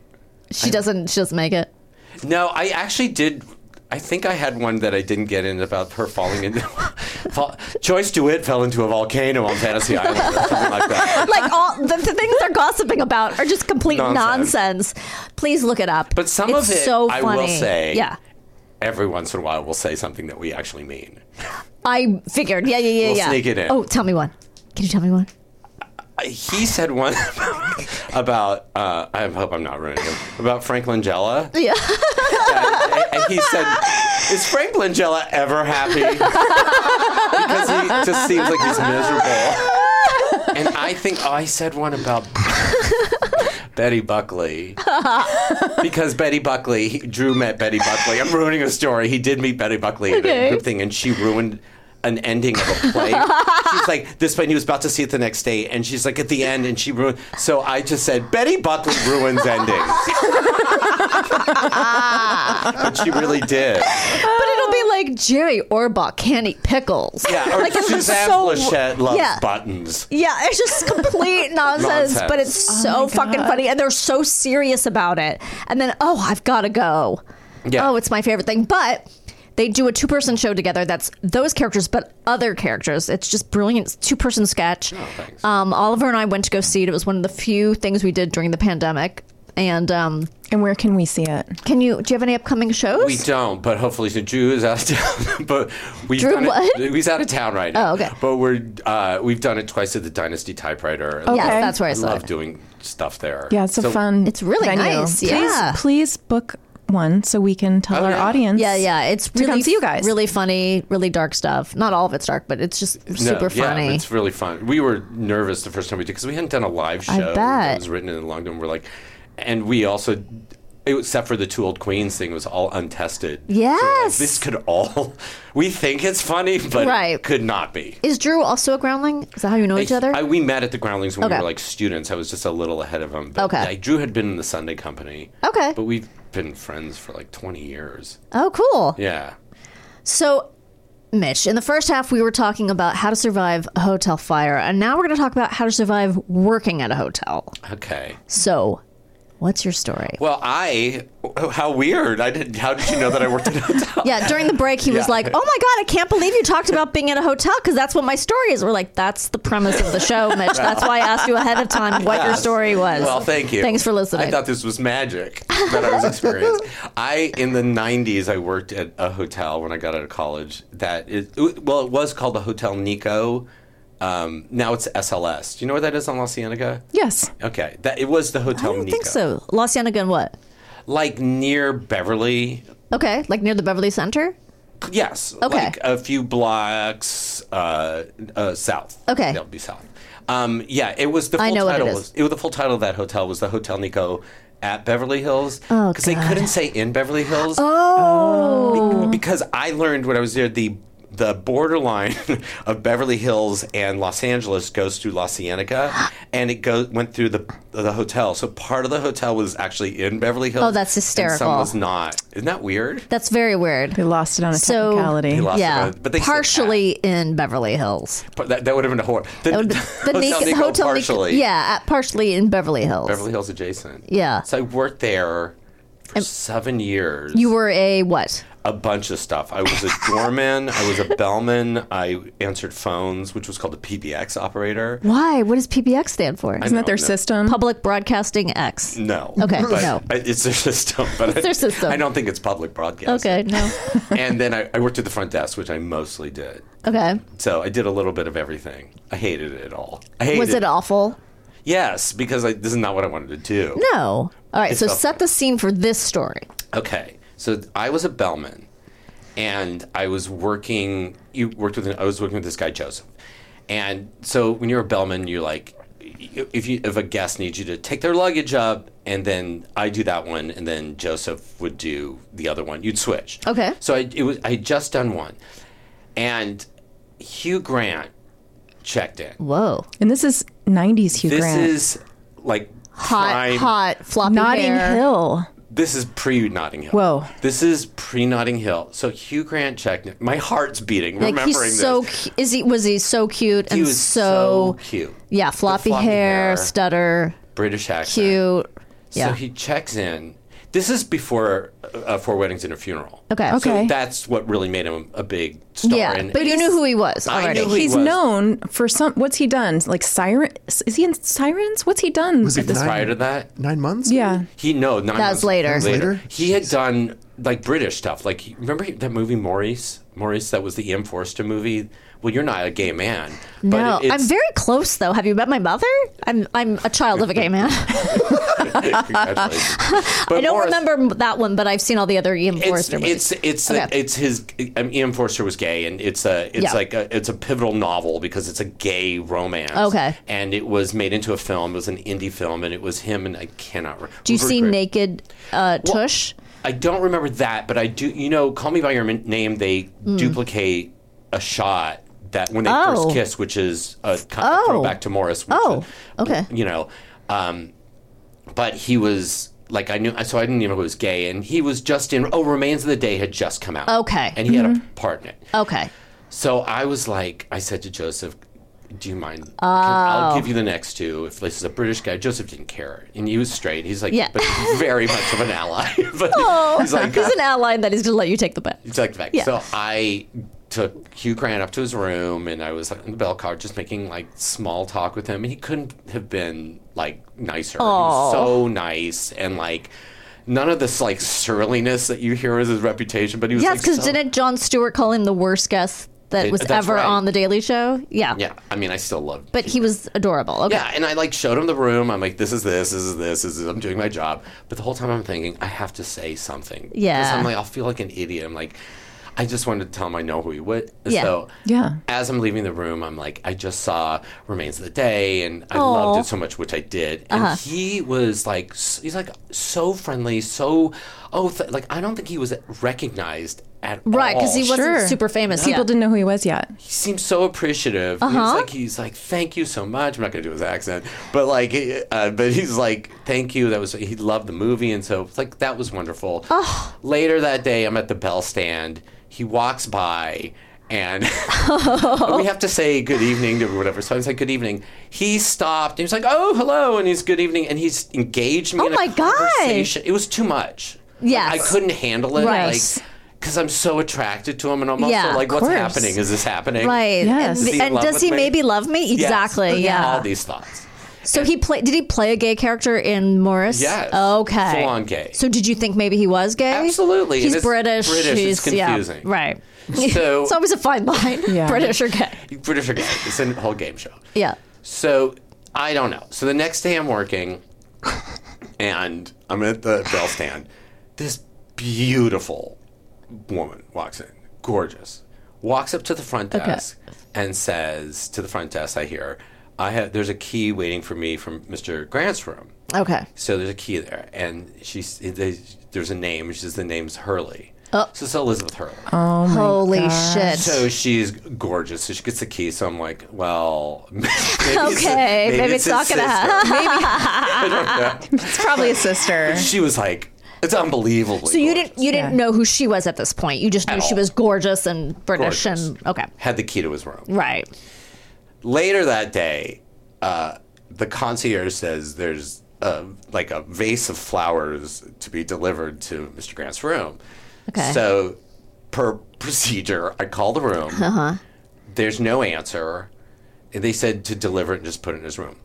Speaker 3: She doesn't. She doesn't make it.
Speaker 6: No, I actually did. I think I had one that I didn't get in about her falling into. fall, Joyce DeWitt fell into a volcano on Fantasy Island or something like that.
Speaker 3: Like all the, the things they're gossiping about are just complete nonsense.
Speaker 6: Nonsense.
Speaker 3: Please look it up.
Speaker 6: But some
Speaker 3: It's
Speaker 6: of it,
Speaker 3: so
Speaker 6: I
Speaker 3: funny.
Speaker 6: will say,
Speaker 3: yeah.
Speaker 6: Every once in a while, we'll say something that we actually mean.
Speaker 3: I figured. Yeah, yeah, yeah,
Speaker 6: We'll
Speaker 3: yeah.
Speaker 6: sneak it in.
Speaker 3: Oh, tell me one. Can you tell me one?
Speaker 6: He said one about. Uh, I hope I'm not ruining him. About Frank Langella.
Speaker 3: Yeah.
Speaker 6: and, and he said, "Is Frank Langella ever happy?" because he just seems like he's miserable. And I think oh, I said one about Betty Buckley because Betty Buckley he- Drew met Betty Buckley. I'm ruining a story. He did meet Betty Buckley at
Speaker 3: Okay.
Speaker 6: a group thing, and she ruined. An ending of a play. She's like, this play, and he was about to see it the next day, and she's like, at the end, and she ruined. So I just said, Betty Buckley ruins endings. but she really did.
Speaker 3: But it'll be like Jerry Orbach can't eat pickles.
Speaker 6: Yeah, or
Speaker 3: like it's just
Speaker 6: Suzanne
Speaker 3: so-
Speaker 6: Plachette loves
Speaker 3: yeah.
Speaker 6: buttons.
Speaker 3: Yeah, it's just complete nonsense,
Speaker 6: Nonsense.
Speaker 3: but it's so fucking funny. And they're so serious about it. And then, oh, I've got to go.
Speaker 6: Yeah.
Speaker 3: Oh, it's my favorite thing. But they do a two person show together that's those characters, but other characters. It's just brilliant. It's two person sketch.
Speaker 6: Oh,
Speaker 3: um, Oliver and I went to go see it. It was one of the few things we did during the pandemic. And um,
Speaker 2: And where can we see it?
Speaker 3: can you, do you have any upcoming shows?
Speaker 6: We don't, but hopefully the Drew is out of town. but we've
Speaker 3: Drew
Speaker 6: done
Speaker 3: what?
Speaker 6: It, he's out of town right now.
Speaker 3: Oh, okay.
Speaker 6: But we're uh, we've done it twice at the Dynasty Typewriter. I
Speaker 3: Yes,
Speaker 2: Okay.
Speaker 3: Oh, that's where I
Speaker 6: I
Speaker 3: saw
Speaker 6: love
Speaker 3: it.
Speaker 6: doing stuff there.
Speaker 2: Yeah, it's a
Speaker 6: So-
Speaker 2: fun.
Speaker 3: It's really
Speaker 2: venue.
Speaker 3: nice, yeah.
Speaker 2: Please, please book one so we can tell
Speaker 6: Oh,
Speaker 2: our
Speaker 6: yeah.
Speaker 2: audience.
Speaker 3: Yeah, yeah. It's
Speaker 2: to
Speaker 3: really
Speaker 2: come see you guys.
Speaker 3: Really funny, really dark stuff. Not all of it's dark, but it's just
Speaker 6: No,
Speaker 3: super
Speaker 6: yeah,
Speaker 3: funny.
Speaker 6: it's really fun. We were nervous the first time we did because we hadn't done a live show.
Speaker 3: I bet.
Speaker 6: That was written in a long time. We're like, and we also, it was- except for the two old queens thing, was all untested. So we're like,
Speaker 3: Yes.
Speaker 6: this could all. We think it's funny, but
Speaker 3: Right.
Speaker 6: it could not be.
Speaker 3: Is Drew also a groundling? Is that how you know each
Speaker 6: I-
Speaker 3: other?
Speaker 6: I, we met at the Groundlings when
Speaker 3: Okay.
Speaker 6: we were like students. I was just a little ahead of him. But
Speaker 3: Okay.
Speaker 6: I, Drew had been in the Sunday Company.
Speaker 3: Okay.
Speaker 6: But we've been friends for like 20 years.
Speaker 3: oh, cool.
Speaker 6: Yeah.
Speaker 3: So, Mitch, in the first half, we were talking about how to survive a hotel fire, and now we're going to talk about how to survive working at a hotel.
Speaker 6: Okay.
Speaker 3: So, what's your story?
Speaker 6: Well, I. oh, How weird. I didn't. How did you know that I worked at a hotel?
Speaker 3: Yeah, during the break, he was
Speaker 6: Oh. Yeah.
Speaker 3: like, "Oh my god, I can't believe you talked about being at a hotel because that's what my story is." We're like, "That's the premise of the show, Mitch. That's why I asked you ahead of time what your
Speaker 6: Yes.
Speaker 3: story was."
Speaker 6: Well, thank you.
Speaker 3: Thanks for listening.
Speaker 6: I thought this was magic that I was experiencing. I in the '90s, I worked at a hotel when I got out of college. That is, well, it was called the Hotel Nico. Um, now it's SLS. Do you know what that is on La Cienega?
Speaker 2: Yes.
Speaker 6: Okay, that it was the Hotel
Speaker 3: I don't
Speaker 6: Nico.
Speaker 3: think so. La Cienega and what?
Speaker 6: Like near Beverly.
Speaker 3: Okay, like near the Beverly Center.
Speaker 6: Yes.
Speaker 3: Okay.
Speaker 6: Like a few blocks uh, uh, south.
Speaker 3: Okay.
Speaker 6: That would be south. Um, yeah, it was the full
Speaker 3: I know what it
Speaker 6: title
Speaker 3: is.
Speaker 6: was it was the full title of that hotel was the Hotel Nico at Beverly Hills
Speaker 3: Oh,
Speaker 6: because they
Speaker 3: God. Oh.
Speaker 6: couldn't say in Beverly Hills be- because I learned when I was there the the borderline of Beverly Hills and Los Angeles goes through La Cienega, and it go, went through the the hotel. So part of the hotel was actually in Beverly Hills.
Speaker 3: Oh, that's
Speaker 6: And some
Speaker 3: hysterical.
Speaker 6: was not. Isn't that weird?
Speaker 3: That's very weird.
Speaker 2: They lost it on a
Speaker 3: So-
Speaker 2: technicality.
Speaker 6: They lost
Speaker 3: yeah,
Speaker 6: it, but they said
Speaker 3: partially in Beverly Hills.
Speaker 6: But that, that would have been a horror. The,
Speaker 3: That would be- the
Speaker 6: Hotel
Speaker 3: Nic-
Speaker 6: Nico
Speaker 3: hotel Nic-
Speaker 6: partially.
Speaker 3: yeah, at, partially in Beverly Hills.
Speaker 6: Beverly Hills adjacent.
Speaker 3: Yeah.
Speaker 6: So I worked there for seven years.
Speaker 3: You were a what?
Speaker 6: a bunch of stuff. I was a doorman. I was a bellman. I answered phones, which was called a PBX operator.
Speaker 3: Why? What does PBX stand for?
Speaker 2: Isn't that their
Speaker 6: No, no.
Speaker 2: system?
Speaker 3: Public Broadcasting X.
Speaker 6: No.
Speaker 3: Okay,
Speaker 6: But
Speaker 3: no.
Speaker 6: I- it's their system. But it's
Speaker 3: their system.
Speaker 6: I don't think it's public broadcast.
Speaker 3: Okay, no.
Speaker 6: and then I, I worked at the front desk, which I mostly did.
Speaker 3: Okay.
Speaker 6: So I did a little bit of everything. I hated it all. I hated
Speaker 3: Was it awful?
Speaker 6: Yes, because I, this is not what I wanted to do.
Speaker 3: No. All right,
Speaker 6: It's
Speaker 3: so
Speaker 6: awful.
Speaker 3: set the scene for this story.
Speaker 6: Okay, so th- I was a bellman, and I was working. You worked with. I was working with this guy Joseph, and so when you're a bellman, you're like, if you if a guest needs you to take their luggage up, and then I do that one, and then Joseph would do the other one. You'd switch.
Speaker 3: Okay.
Speaker 6: So I it was I had just done one, and Hugh Grant checked in.
Speaker 3: Whoa.
Speaker 2: And this is 90s Hugh
Speaker 6: This
Speaker 2: Grant.
Speaker 6: is like
Speaker 3: Hot,
Speaker 6: prime-
Speaker 3: hot, floppy
Speaker 2: Notting
Speaker 3: hair.
Speaker 2: Hill.
Speaker 6: This is pre Notting Hill.
Speaker 2: Whoa.
Speaker 6: This is pre Notting Hill. So Hugh Grant checked in. My heart's beating
Speaker 3: Like
Speaker 6: remembering
Speaker 3: he's
Speaker 6: this.
Speaker 3: so cu- is he was he so cute and
Speaker 6: he was so,
Speaker 3: so,
Speaker 6: cute.
Speaker 3: yeah
Speaker 6: The
Speaker 3: floppy, hair, stutter
Speaker 6: British accent.
Speaker 3: cute
Speaker 6: So
Speaker 3: yeah
Speaker 6: he checks in. This is before uh, Four Weddings and a Funeral.
Speaker 3: okay
Speaker 2: Okay.
Speaker 6: So that's what really made him a big star.
Speaker 3: yeah
Speaker 6: and
Speaker 3: but you knew who he was
Speaker 6: I
Speaker 3: already
Speaker 6: knew who he
Speaker 2: He's
Speaker 6: was.
Speaker 2: known for some. What's he done? Like Siren? Is he in Sirens? What's he done?
Speaker 5: Was it
Speaker 2: at this-
Speaker 5: nine,
Speaker 6: Prior to that,
Speaker 5: nine months?
Speaker 2: yeah.
Speaker 6: He no, nine
Speaker 3: That was
Speaker 6: months
Speaker 3: later. That was
Speaker 5: later?
Speaker 6: He had done like British stuff. Like he- remember he- that movie Maurice? Maurice that was the Ian Forster movie. Well, you're not a gay man. But
Speaker 3: no
Speaker 6: it-
Speaker 3: I'm
Speaker 6: it's-
Speaker 3: very close though have you met my mother I'm I'm a child of a gay man
Speaker 6: Congratulations. But
Speaker 3: I don't
Speaker 6: Maurice-
Speaker 3: remember that one but I've seen all the other Ian
Speaker 6: It's
Speaker 3: Forster movies
Speaker 6: it's it's
Speaker 3: Okay.
Speaker 6: a- it's his. I mean, Ian Forster was gay, and it's a it's
Speaker 3: Yeah.
Speaker 6: like a, it's a pivotal novel because it's a gay romance.
Speaker 3: Okay.
Speaker 6: and it was made into a film. It was an indie film, and it was him and I cannot. re-
Speaker 3: do you
Speaker 6: Rupert
Speaker 3: see
Speaker 6: Grint.
Speaker 3: naked uh, Tush
Speaker 6: I don't remember that, but I do. You know, Call Me by Your M- Name. They duplicate a shot that when they
Speaker 3: Hmm. Oh.
Speaker 6: first kiss, which is a kind
Speaker 3: Oh.
Speaker 6: of throwback to Morris. which,
Speaker 3: Oh, okay.
Speaker 6: You know, um, but he was like I knew, so I didn't even know he was gay, and he was just in. Oh, Remains of the Day had just come out.
Speaker 3: Okay. Mm-hmm.
Speaker 6: and he had a part in it.
Speaker 3: okay
Speaker 6: So I was like, I said to Joseph, "Do you mind? Can-
Speaker 3: Oh.
Speaker 6: I'll give you the next two if this is a British guy." Joseph didn't care, and he was straight. He's like,
Speaker 3: Yeah. Oh.
Speaker 6: but very much of an ally. but he's like,
Speaker 3: he's an ally that he's gonna let you take the bet
Speaker 6: He's like back. So I took Hugh Grant up to his room, and I was like, in the bell car, just making like small talk with him, and he couldn't have been like nicer. He
Speaker 3: Oh.
Speaker 6: was so nice, and like none of this like surliness that you hear is his reputation. But he was
Speaker 3: yes
Speaker 6: like,
Speaker 3: because
Speaker 6: so-
Speaker 3: didn't John Stewart call him the worst guest that
Speaker 6: It-
Speaker 3: was
Speaker 6: that's
Speaker 3: ever
Speaker 6: right.
Speaker 3: on the Daily Show yeah
Speaker 6: yeah. I mean, I still love.
Speaker 3: but he was adorable okay
Speaker 6: Yeah, and I like showed him the room. I'm like, this is this, this is this, this is I'm doing my job. But the whole time I'm thinking, I have to say something. 'Cause
Speaker 3: Yeah.
Speaker 6: I'm like, I'll feel like an idiot. I'm like, I just wanted to tell him I know who he was.
Speaker 3: Yeah.
Speaker 6: So
Speaker 2: Yeah.
Speaker 6: as I'm leaving the room, I'm like, I just saw Remains of the Day and I loved it so much, which I did. And
Speaker 3: Uh-huh.
Speaker 6: he was like, s- he's like so friendly, so, oh, th- like, I don't think he was recognized at
Speaker 3: Right,
Speaker 6: all.
Speaker 3: because he wasn't
Speaker 2: Sure.
Speaker 3: super famous.
Speaker 2: People
Speaker 3: yet.
Speaker 2: didn't know who he was yet.
Speaker 6: He seems so appreciative. He's
Speaker 3: Uh-huh.
Speaker 6: like he's like thank you so much. I'm not gonna do his accent, but like, he- uh, but he's like thank you. That was he loved the movie, and so it's like that was wonderful. Later that day, I'm at the bell stand. He walks by. And we have to say good evening to whatever. So I was like, good evening. He stopped. He was like, oh, hello. And he's good evening. And he's engaged me
Speaker 3: Oh
Speaker 6: in
Speaker 3: my
Speaker 6: a
Speaker 3: God.
Speaker 6: conversation. It was too much. Like,
Speaker 3: Yes.
Speaker 6: I couldn't handle it.
Speaker 3: Right.
Speaker 6: Because I'm so attracted to him. And I'm also
Speaker 3: Yeah,
Speaker 6: like,
Speaker 3: of
Speaker 6: what's
Speaker 2: course.
Speaker 6: happening? Is this happening?
Speaker 3: Right.
Speaker 2: Yes.
Speaker 3: And,
Speaker 2: Is
Speaker 6: he in
Speaker 3: and
Speaker 6: love
Speaker 3: does
Speaker 6: with
Speaker 3: he
Speaker 6: me?
Speaker 3: maybe love me?
Speaker 6: Yes.
Speaker 3: Exactly. Yeah.
Speaker 6: All these thoughts.
Speaker 3: So he play did he play a gay character in Morris?
Speaker 6: Yes.
Speaker 3: Okay.
Speaker 6: Full-on gay.
Speaker 3: So did you think maybe he was gay?
Speaker 6: Absolutely.
Speaker 3: He's
Speaker 6: And it's
Speaker 3: British.
Speaker 6: British. It's
Speaker 3: He's- yeah,
Speaker 6: confusing.
Speaker 3: Right.
Speaker 6: So-
Speaker 3: it's always a fine line.
Speaker 2: Yeah.
Speaker 3: British or gay.
Speaker 6: British again. It's a whole game show.
Speaker 3: Yeah.
Speaker 6: So I don't know. So the next day I'm working and I'm at the bell stand. This beautiful woman walks in, gorgeous, walks up to the front desk and says to the front desk, I hear, I have there's a key waiting for me from Mr. Grant's room.
Speaker 3: Okay.
Speaker 6: So there's a key there, and she's they, there's a name. She says the name's Hurley. Oh. So it's Elizabeth Hurley.
Speaker 2: Oh
Speaker 3: Holy shit.
Speaker 6: So she's gorgeous. So she gets the key. So I'm like, well, maybe it's-
Speaker 3: Okay, maybe it's
Speaker 6: his
Speaker 3: not gonna
Speaker 6: sister.
Speaker 2: It's probably a sister.
Speaker 6: She was like, it's unbelievable.
Speaker 3: So you didn't you didn't
Speaker 2: Yeah.
Speaker 3: know who she was at this point. You just knew
Speaker 6: At
Speaker 3: she
Speaker 6: all.
Speaker 3: was gorgeous and British
Speaker 6: Gorgeous.
Speaker 3: and okay.
Speaker 6: had the key to his room.
Speaker 3: Right.
Speaker 6: Later that day, uh, the concierge says there's a, like a vase of flowers to be delivered to Mr. Grant's room.
Speaker 3: Okay.
Speaker 6: So, per procedure, I call the room. Uh-huh. There's no answer. And they said to deliver it and just put it in his room.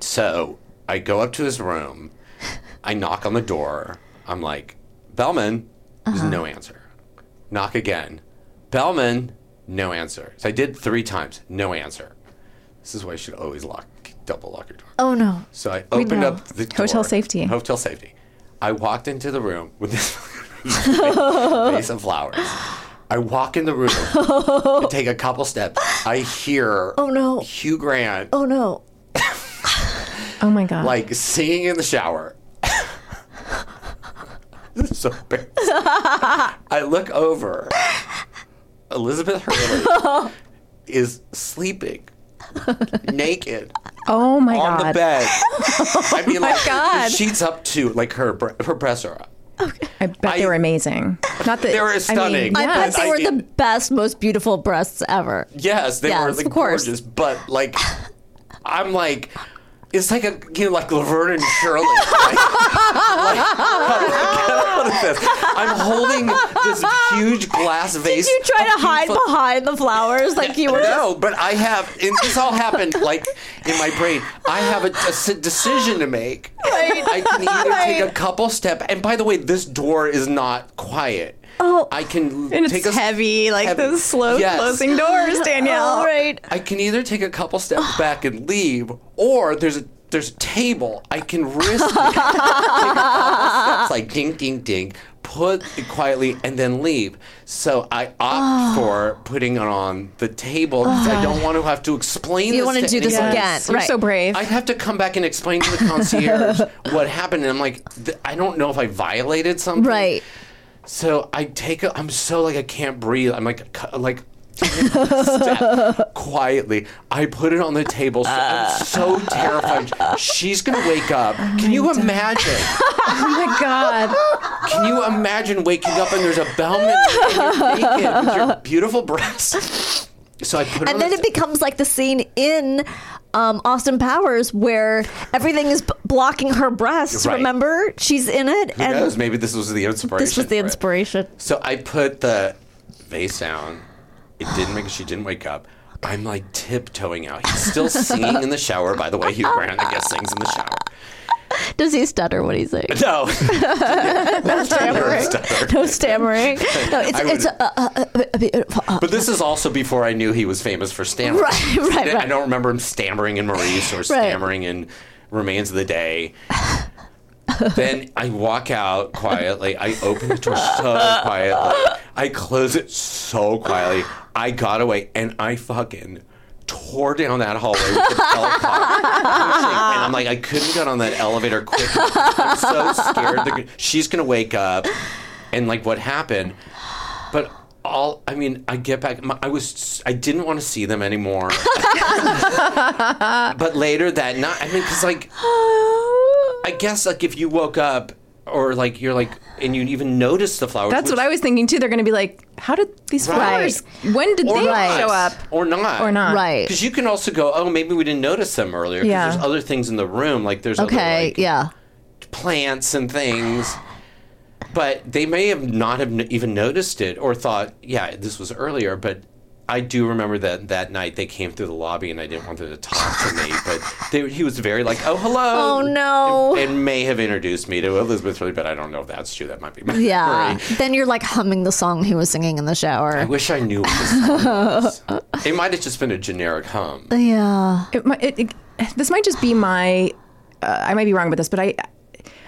Speaker 6: So I go up to his room. I knock on the door. I'm like, Bellman, there's
Speaker 3: Uh-huh.
Speaker 6: no answer. Knock again. Bellman, no answer. So I did three times, no answer. This is why you should always lock, double lock your door.
Speaker 3: Oh no.
Speaker 6: So I opened
Speaker 3: know.
Speaker 6: up the door.
Speaker 2: Hotel safety.
Speaker 6: Hotel safety. I walked into the room with this vase of flowers. I walk in the room, I take a couple steps. I hear oh
Speaker 3: no.
Speaker 6: Hugh Grant
Speaker 3: Oh no.
Speaker 2: Oh my god.
Speaker 6: like singing in the shower. this is so embarrassing. I look over. Elizabeth Hurley is sleeping, naked
Speaker 2: oh my
Speaker 6: on
Speaker 2: god.
Speaker 6: the bed. I mean, like
Speaker 3: God.
Speaker 6: the sheets up to like her bre- her breasts are up.
Speaker 2: I bet they
Speaker 6: I-
Speaker 2: were amazing. Not that
Speaker 6: They were
Speaker 2: I
Speaker 6: stunning. I
Speaker 2: mean,
Speaker 6: bet
Speaker 2: yes.
Speaker 3: But they
Speaker 6: I
Speaker 3: were
Speaker 6: did-
Speaker 3: the best, most beautiful breasts ever.
Speaker 6: Yes, they were
Speaker 3: Yes,
Speaker 6: like,
Speaker 3: of course.
Speaker 6: gorgeous, but like, I'm like, it's like a you know like Laverne and Shirley. Like, like, how do I get out of this? I'm holding this huge glass vase.
Speaker 3: You try
Speaker 6: of
Speaker 3: to hide
Speaker 6: beautiful-
Speaker 3: behind the flowers like you were.
Speaker 6: No, but I have, and this all happened like in my brain. I have a, a s- decision to make. I can either take a couple step, and by the way, this door is not quiet. Oh, I can
Speaker 2: And
Speaker 6: take
Speaker 2: it's
Speaker 6: a,
Speaker 2: heavy, like
Speaker 6: heavy.
Speaker 2: those slow
Speaker 6: Yes.
Speaker 2: closing doors, Danielle.
Speaker 3: All right.
Speaker 6: I can either take a couple steps back and leave, or there's a there's a table. I can risk it. take a couple steps, like ding, ding, ding, put it quietly, and then leave. So I opt for putting it on the table because I don't want to have to explain.
Speaker 3: You
Speaker 6: this
Speaker 3: want to do this
Speaker 6: anyone.
Speaker 3: again.
Speaker 2: You're
Speaker 3: Right.
Speaker 2: so brave.
Speaker 6: I'd have to come back and explain to the concierge what happened, and I'm like, th- I don't know if I violated something.
Speaker 3: Right.
Speaker 6: So I take a, I'm so like I can't breathe. I'm like cu- like taking a step quietly. I put it on the table. So I'm so terrified. She's gonna wake up.
Speaker 3: Oh
Speaker 6: Can you imagine?
Speaker 2: oh my god.
Speaker 6: Can you imagine waking up and there's a bellman and you're naked with your beautiful breasts? So I put it on
Speaker 3: And then
Speaker 6: the
Speaker 3: it becomes like the scene in um, Austin Powers where everything is b- blocking her breasts.
Speaker 6: Right.
Speaker 3: Remember, she's in it,
Speaker 6: Who
Speaker 3: and
Speaker 6: knows? Maybe this was the inspiration.
Speaker 3: this was the
Speaker 6: for it.
Speaker 3: inspiration.
Speaker 6: So I put the vase down. It didn't make. She didn't wake up. I'm like tiptoeing out. He's still singing in the shower. By the way, Hugh Grant, I guess, sings in the shower.
Speaker 3: Does he stutter when he sings?
Speaker 6: No,
Speaker 3: No stammering.
Speaker 6: stutter.
Speaker 3: No stammering. No, it's
Speaker 6: I
Speaker 3: it's uh, a, a,
Speaker 6: would-
Speaker 3: a, a, a beautiful.
Speaker 6: but this is also before I knew he was famous for
Speaker 3: Uh,
Speaker 6: stammering.
Speaker 3: Right, right,
Speaker 6: I didn't- I
Speaker 3: right.
Speaker 6: don't remember him stammering in Maurice or stammering in Remains of the Day. then I walk out quietly. I open the door so quietly. I close it so quietly. I got away and I fucking tore down that hallway with the bell pop. pushing. And I'm like, I couldn't get on that elevator quick. enough. I'm so scared. They're gonna- She's going to wake up. And like what happened. But all, I mean, I get back. My, I was, I didn't want to see them anymore. but later that night, I mean, because like, I guess like if you woke up or like you're like and you even notice the flowers.
Speaker 2: That's what I was thinking too. They're going to be like, how did these flowers? When did they show up?
Speaker 6: or not
Speaker 2: Or not?
Speaker 3: Right.
Speaker 6: Because you can also go, oh, maybe we didn't notice them earlier. 'cause
Speaker 2: Yeah.
Speaker 6: There's other things in the room, like there's other,
Speaker 3: Okay.
Speaker 6: like,
Speaker 3: yeah.
Speaker 6: plants and things. But they may have not have n- even noticed it or thought, yeah, this was earlier. But I do remember that that night they came through the lobby and I didn't want them to talk to me. But they, he was very like, oh, hello.
Speaker 3: Oh, no.
Speaker 6: And, and may have introduced me to Elizabeth Hurley, but I don't know if that's true. That might be my
Speaker 3: Yeah.
Speaker 6: memory.
Speaker 3: Then you're like humming the song he was singing in the
Speaker 6: I
Speaker 3: shower.
Speaker 6: wish I knew what this song was. It might have just been a generic hum.
Speaker 3: Yeah.
Speaker 2: It, might- it, it, this might just be my. Uh, I might be wrong about this, but I.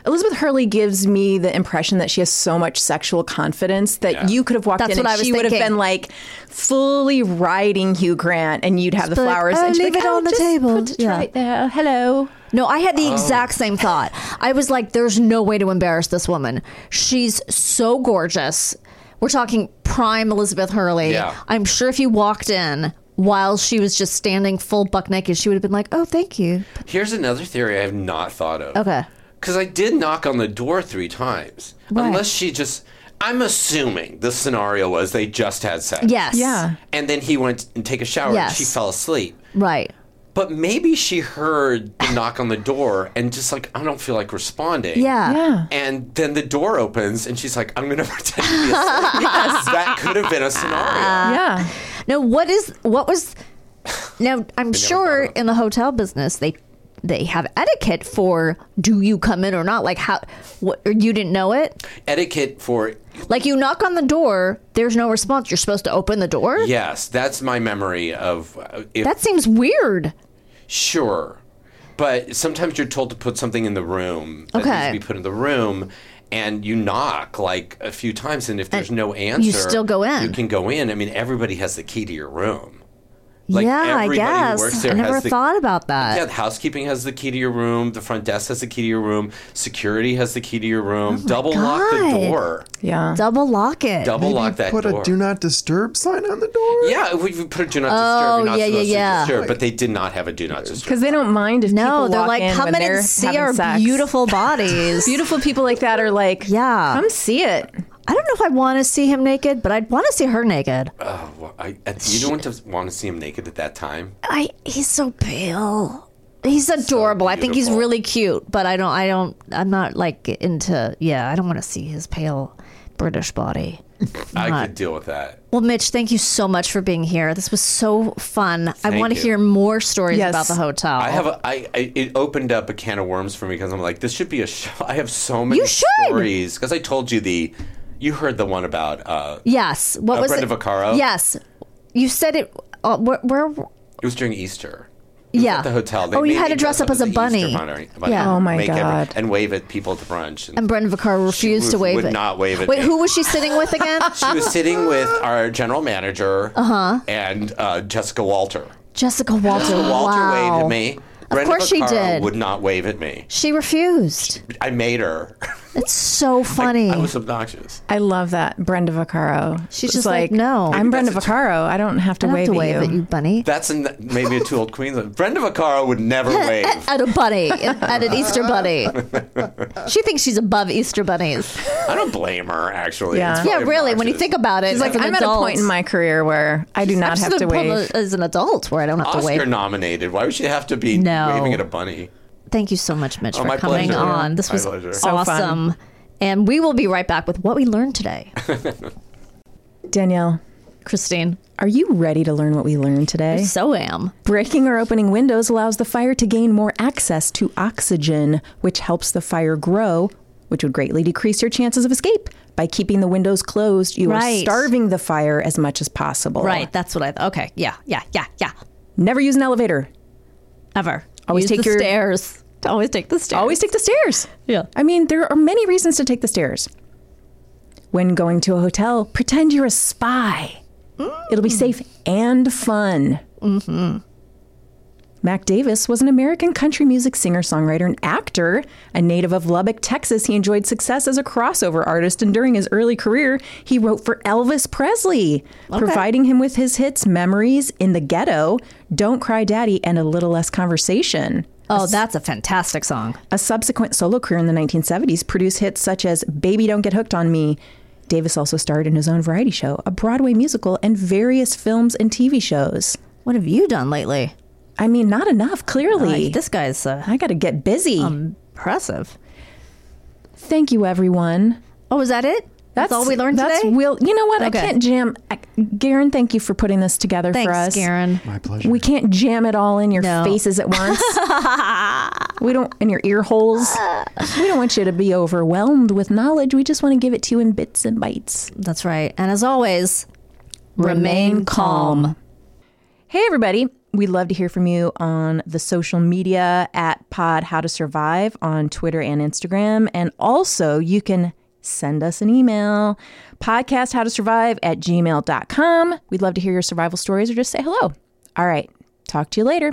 Speaker 2: Elizabeth Hurley gives me the impression that she has so much sexual confidence that
Speaker 6: Yeah.
Speaker 2: you could have walked in
Speaker 3: That's what I
Speaker 2: and
Speaker 3: was
Speaker 2: she would have
Speaker 3: thinking.
Speaker 2: been like fully riding Hugh Grant and you'd have the
Speaker 3: be like,
Speaker 2: flowers
Speaker 3: "Oh,
Speaker 2: and she'd be
Speaker 3: leave
Speaker 2: like,
Speaker 3: it
Speaker 2: "Oh,
Speaker 3: on the
Speaker 2: just
Speaker 3: table."
Speaker 2: Put it
Speaker 3: Yeah.
Speaker 2: right there. Hello.
Speaker 3: No, I
Speaker 6: Oh.
Speaker 3: had the exact same thought. I was like, there's no way to embarrass this woman. She's so gorgeous. We're talking prime Elizabeth Hurley.
Speaker 6: Yeah.
Speaker 3: I'm sure if you walked in while she was just standing full buck naked, she would have been like, oh, thank you.
Speaker 6: Here's another theory I have not thought of.
Speaker 3: Okay.
Speaker 6: Because I did knock on the door three times.
Speaker 3: Right.
Speaker 6: Unless she just. I'm assuming the scenario was they just had sex.
Speaker 3: Yes.
Speaker 2: Yeah.
Speaker 6: And then he went and take a shower and
Speaker 3: Yes.
Speaker 6: she fell asleep.
Speaker 3: Right.
Speaker 6: But maybe she heard the knock on the door and just like, I don't feel like responding.
Speaker 3: Yeah.
Speaker 2: Yeah.
Speaker 6: And then the door opens and she's like, I'm going to pretend to be asleep. yes. That could have been a scenario.
Speaker 3: Uh,
Speaker 2: Yeah.
Speaker 3: Now, what is what was? Now, I'm sure
Speaker 6: thought of it.
Speaker 3: in the hotel business they they have etiquette for do you come in or not? Like how what or you didn't know it?
Speaker 6: Etiquette for
Speaker 3: Like you knock on the door, there's no response. You're supposed to open the door.
Speaker 6: yes, that's my memory of uh, if
Speaker 3: That seems weird.
Speaker 6: Sure. But sometimes you're told to put something in the room that
Speaker 3: Okay.
Speaker 6: needs to be put in the room. and you knock like a few times, and if there's no answer,
Speaker 3: you still go in.
Speaker 6: You can go in. I mean, everybody has the key to your room. Like,
Speaker 3: yeah, I
Speaker 6: everybody who works
Speaker 3: guess.
Speaker 6: there
Speaker 3: I never
Speaker 6: has the-
Speaker 3: thought about that.
Speaker 6: Yeah, the housekeeping has the key to your room. The front desk has the key to your room. Security has the key to your room. Double lock the
Speaker 3: Oh God.
Speaker 6: door.
Speaker 2: Yeah.
Speaker 3: Double lock it.
Speaker 6: Double lock that
Speaker 5: Put
Speaker 6: door.
Speaker 5: a do not disturb sign on the door.
Speaker 6: yeah, we we put a do not disturb. You're not
Speaker 3: Oh, yeah, yeah,
Speaker 6: supposed to
Speaker 3: yeah.
Speaker 6: disturb, but they did not have a do not disturb.
Speaker 2: Because they don't mind if
Speaker 3: no,
Speaker 2: people
Speaker 3: they're
Speaker 2: walk
Speaker 3: like,
Speaker 2: in
Speaker 3: come
Speaker 2: when
Speaker 3: in
Speaker 2: they're
Speaker 3: and see
Speaker 2: having
Speaker 3: our
Speaker 2: sex.
Speaker 3: beautiful bodies.
Speaker 2: Beautiful people like that are like,
Speaker 3: Yeah.
Speaker 2: come see it.
Speaker 3: I don't know if I want to see him naked, but I'd want to see her naked.
Speaker 6: Oh, well, I, I- you don't want to see him naked at that time.
Speaker 3: I he's so pale. He's adorable. I think he's
Speaker 6: beautiful.
Speaker 3: really cute, but I don't I don't I'm not like into yeah, I don't want to see his pale British body.
Speaker 6: I could deal with that.
Speaker 3: Well, Mitch, thank you so much for being here. This was so fun. I
Speaker 6: Thank
Speaker 3: want to
Speaker 6: you.
Speaker 3: hear more stories
Speaker 2: Yes.
Speaker 3: about the hotel.
Speaker 6: I have a, I, I it opened up a can of worms for me because I'm like this should be a show. I have so many
Speaker 3: You should!
Speaker 6: stories because I told you the you heard the one about uh
Speaker 3: yes. What
Speaker 6: Uh,
Speaker 3: was
Speaker 6: Brenda
Speaker 3: it?
Speaker 6: Vaccaro?
Speaker 3: Yes. You said it uh, where, where
Speaker 6: it was during Easter. It was
Speaker 3: yeah.
Speaker 6: at the hotel. They
Speaker 3: oh, you
Speaker 6: made
Speaker 3: had to
Speaker 6: me
Speaker 3: dress up as a
Speaker 6: the
Speaker 3: bunny.
Speaker 6: Easter bunny, bunny
Speaker 3: Yeah.
Speaker 2: Oh, my
Speaker 6: make every-
Speaker 2: God.
Speaker 6: and wave at people to brunch. And,
Speaker 3: And Brenda Vaccaro refused to
Speaker 6: would-
Speaker 3: wave
Speaker 6: would
Speaker 3: it.
Speaker 6: not wave at
Speaker 3: Wait,
Speaker 6: me.
Speaker 3: who was she sitting with again?
Speaker 6: she was sitting with our general manager
Speaker 3: Uh-huh.
Speaker 6: and uh, Jessica Walter.
Speaker 3: Jessica Walter.
Speaker 6: Jessica Walter
Speaker 3: Oh, wow.
Speaker 6: waved at me. Of Brenda
Speaker 3: course she
Speaker 6: Vaccaro
Speaker 3: did.
Speaker 6: Would not wave at me.
Speaker 3: She refused.
Speaker 6: I made her.
Speaker 3: It's so funny.
Speaker 6: I was obnoxious.
Speaker 2: I love that Brenda Vaccaro.
Speaker 3: She's
Speaker 2: It's
Speaker 3: just like, no.
Speaker 2: I'm
Speaker 6: Maybe
Speaker 2: Brenda
Speaker 6: that's a-
Speaker 2: Vaccaro. I don't have to
Speaker 3: I don't
Speaker 2: wave
Speaker 3: have to wave
Speaker 2: at you.
Speaker 3: at you, bunny.
Speaker 6: That's in maybe a two old queens. Brenda Vaccaro would never wave.
Speaker 3: At a bunny, at an Easter bunny. She thinks she's above Easter bunnies.
Speaker 6: I don't blame her, actually.
Speaker 2: Yeah.
Speaker 6: It's
Speaker 3: Yeah,
Speaker 6: really
Speaker 3: really. When you
Speaker 6: obnoxious.
Speaker 3: think about it,
Speaker 2: She's like,
Speaker 3: as an
Speaker 2: I'm at a
Speaker 3: adult-
Speaker 2: point in my career where I do not
Speaker 3: I'm
Speaker 2: have
Speaker 3: just
Speaker 2: to
Speaker 3: at a point
Speaker 2: wave.
Speaker 3: as an adult where I don't have to
Speaker 6: Oscar
Speaker 3: wave.
Speaker 6: nominated. Why would she have to be
Speaker 3: No.
Speaker 6: waving at a bunny?
Speaker 3: Thank you so much, Mitch,
Speaker 6: Oh,
Speaker 3: for
Speaker 6: my
Speaker 3: coming
Speaker 6: pleasure.
Speaker 3: on. This
Speaker 6: My
Speaker 3: was
Speaker 6: pleasure. So
Speaker 2: fun.
Speaker 3: awesome. And we will be right back with what we learned today.
Speaker 2: Danielle,
Speaker 3: Christine,
Speaker 2: are you ready to learn what we learned today?
Speaker 3: so am.
Speaker 2: Breaking or opening windows allows the fire to gain more access to oxygen, which helps the fire grow, which would greatly decrease your chances of escape. By keeping the windows closed, you
Speaker 3: Right.
Speaker 2: are starving the fire as much as possible.
Speaker 3: Right, that's what I thought. Okay, yeah, yeah, yeah, yeah.
Speaker 2: Never use an elevator.
Speaker 3: Ever.
Speaker 2: Always
Speaker 3: Use
Speaker 2: take
Speaker 3: the
Speaker 2: your-
Speaker 3: stairs. Always take the stairs.
Speaker 2: Always take the stairs.
Speaker 3: Yeah.
Speaker 2: I mean, there are many reasons to take the stairs. When going to a hotel, pretend you're a spy. It'll be safe and fun. Mm-hmm. Mac Davis was an American country music singer, songwriter, and actor. A native of Lubbock, Texas, he enjoyed success as a crossover artist, and during his early career, he wrote for Elvis Presley, providing him with his hits Memories, In the Ghetto, Don't Cry Daddy, and A Little Less Conversation.
Speaker 3: Oh, that's a fantastic song.
Speaker 2: A subsequent solo career in the 1970s produced hits such as Baby Don't Get Hooked on Me. Davis also starred in his own variety show, a Broadway musical, and various films and TV shows.
Speaker 3: What have you done lately?
Speaker 2: I mean, not enough, clearly.
Speaker 3: Like, this Um, guy's uh,
Speaker 2: I got to get busy.
Speaker 3: impressive.
Speaker 2: Thank you, everyone.
Speaker 3: Oh, is that it? That's, all we learned
Speaker 2: that's
Speaker 3: today.
Speaker 2: Will, you know what?
Speaker 3: Okay.
Speaker 2: I can't jam. I, Garen, thank you for putting this together
Speaker 3: Thanks,
Speaker 2: for us.
Speaker 3: Garen.
Speaker 5: My pleasure.
Speaker 2: We can't jam it all in your
Speaker 3: No.
Speaker 2: faces at once. we don't in your ear holes. We don't want you to be overwhelmed with knowledge. We just want to give it to you in bits and bites.
Speaker 3: That's right. And as always, remain calm.
Speaker 2: Hey everybody. We'd love to hear from you on the social media at Pod How to Survive on Twitter and Instagram. And also you can send us an email, podcast how to survive at gmail.com. We'd love to hear your survival stories or just say hello. All right. Talk to you later.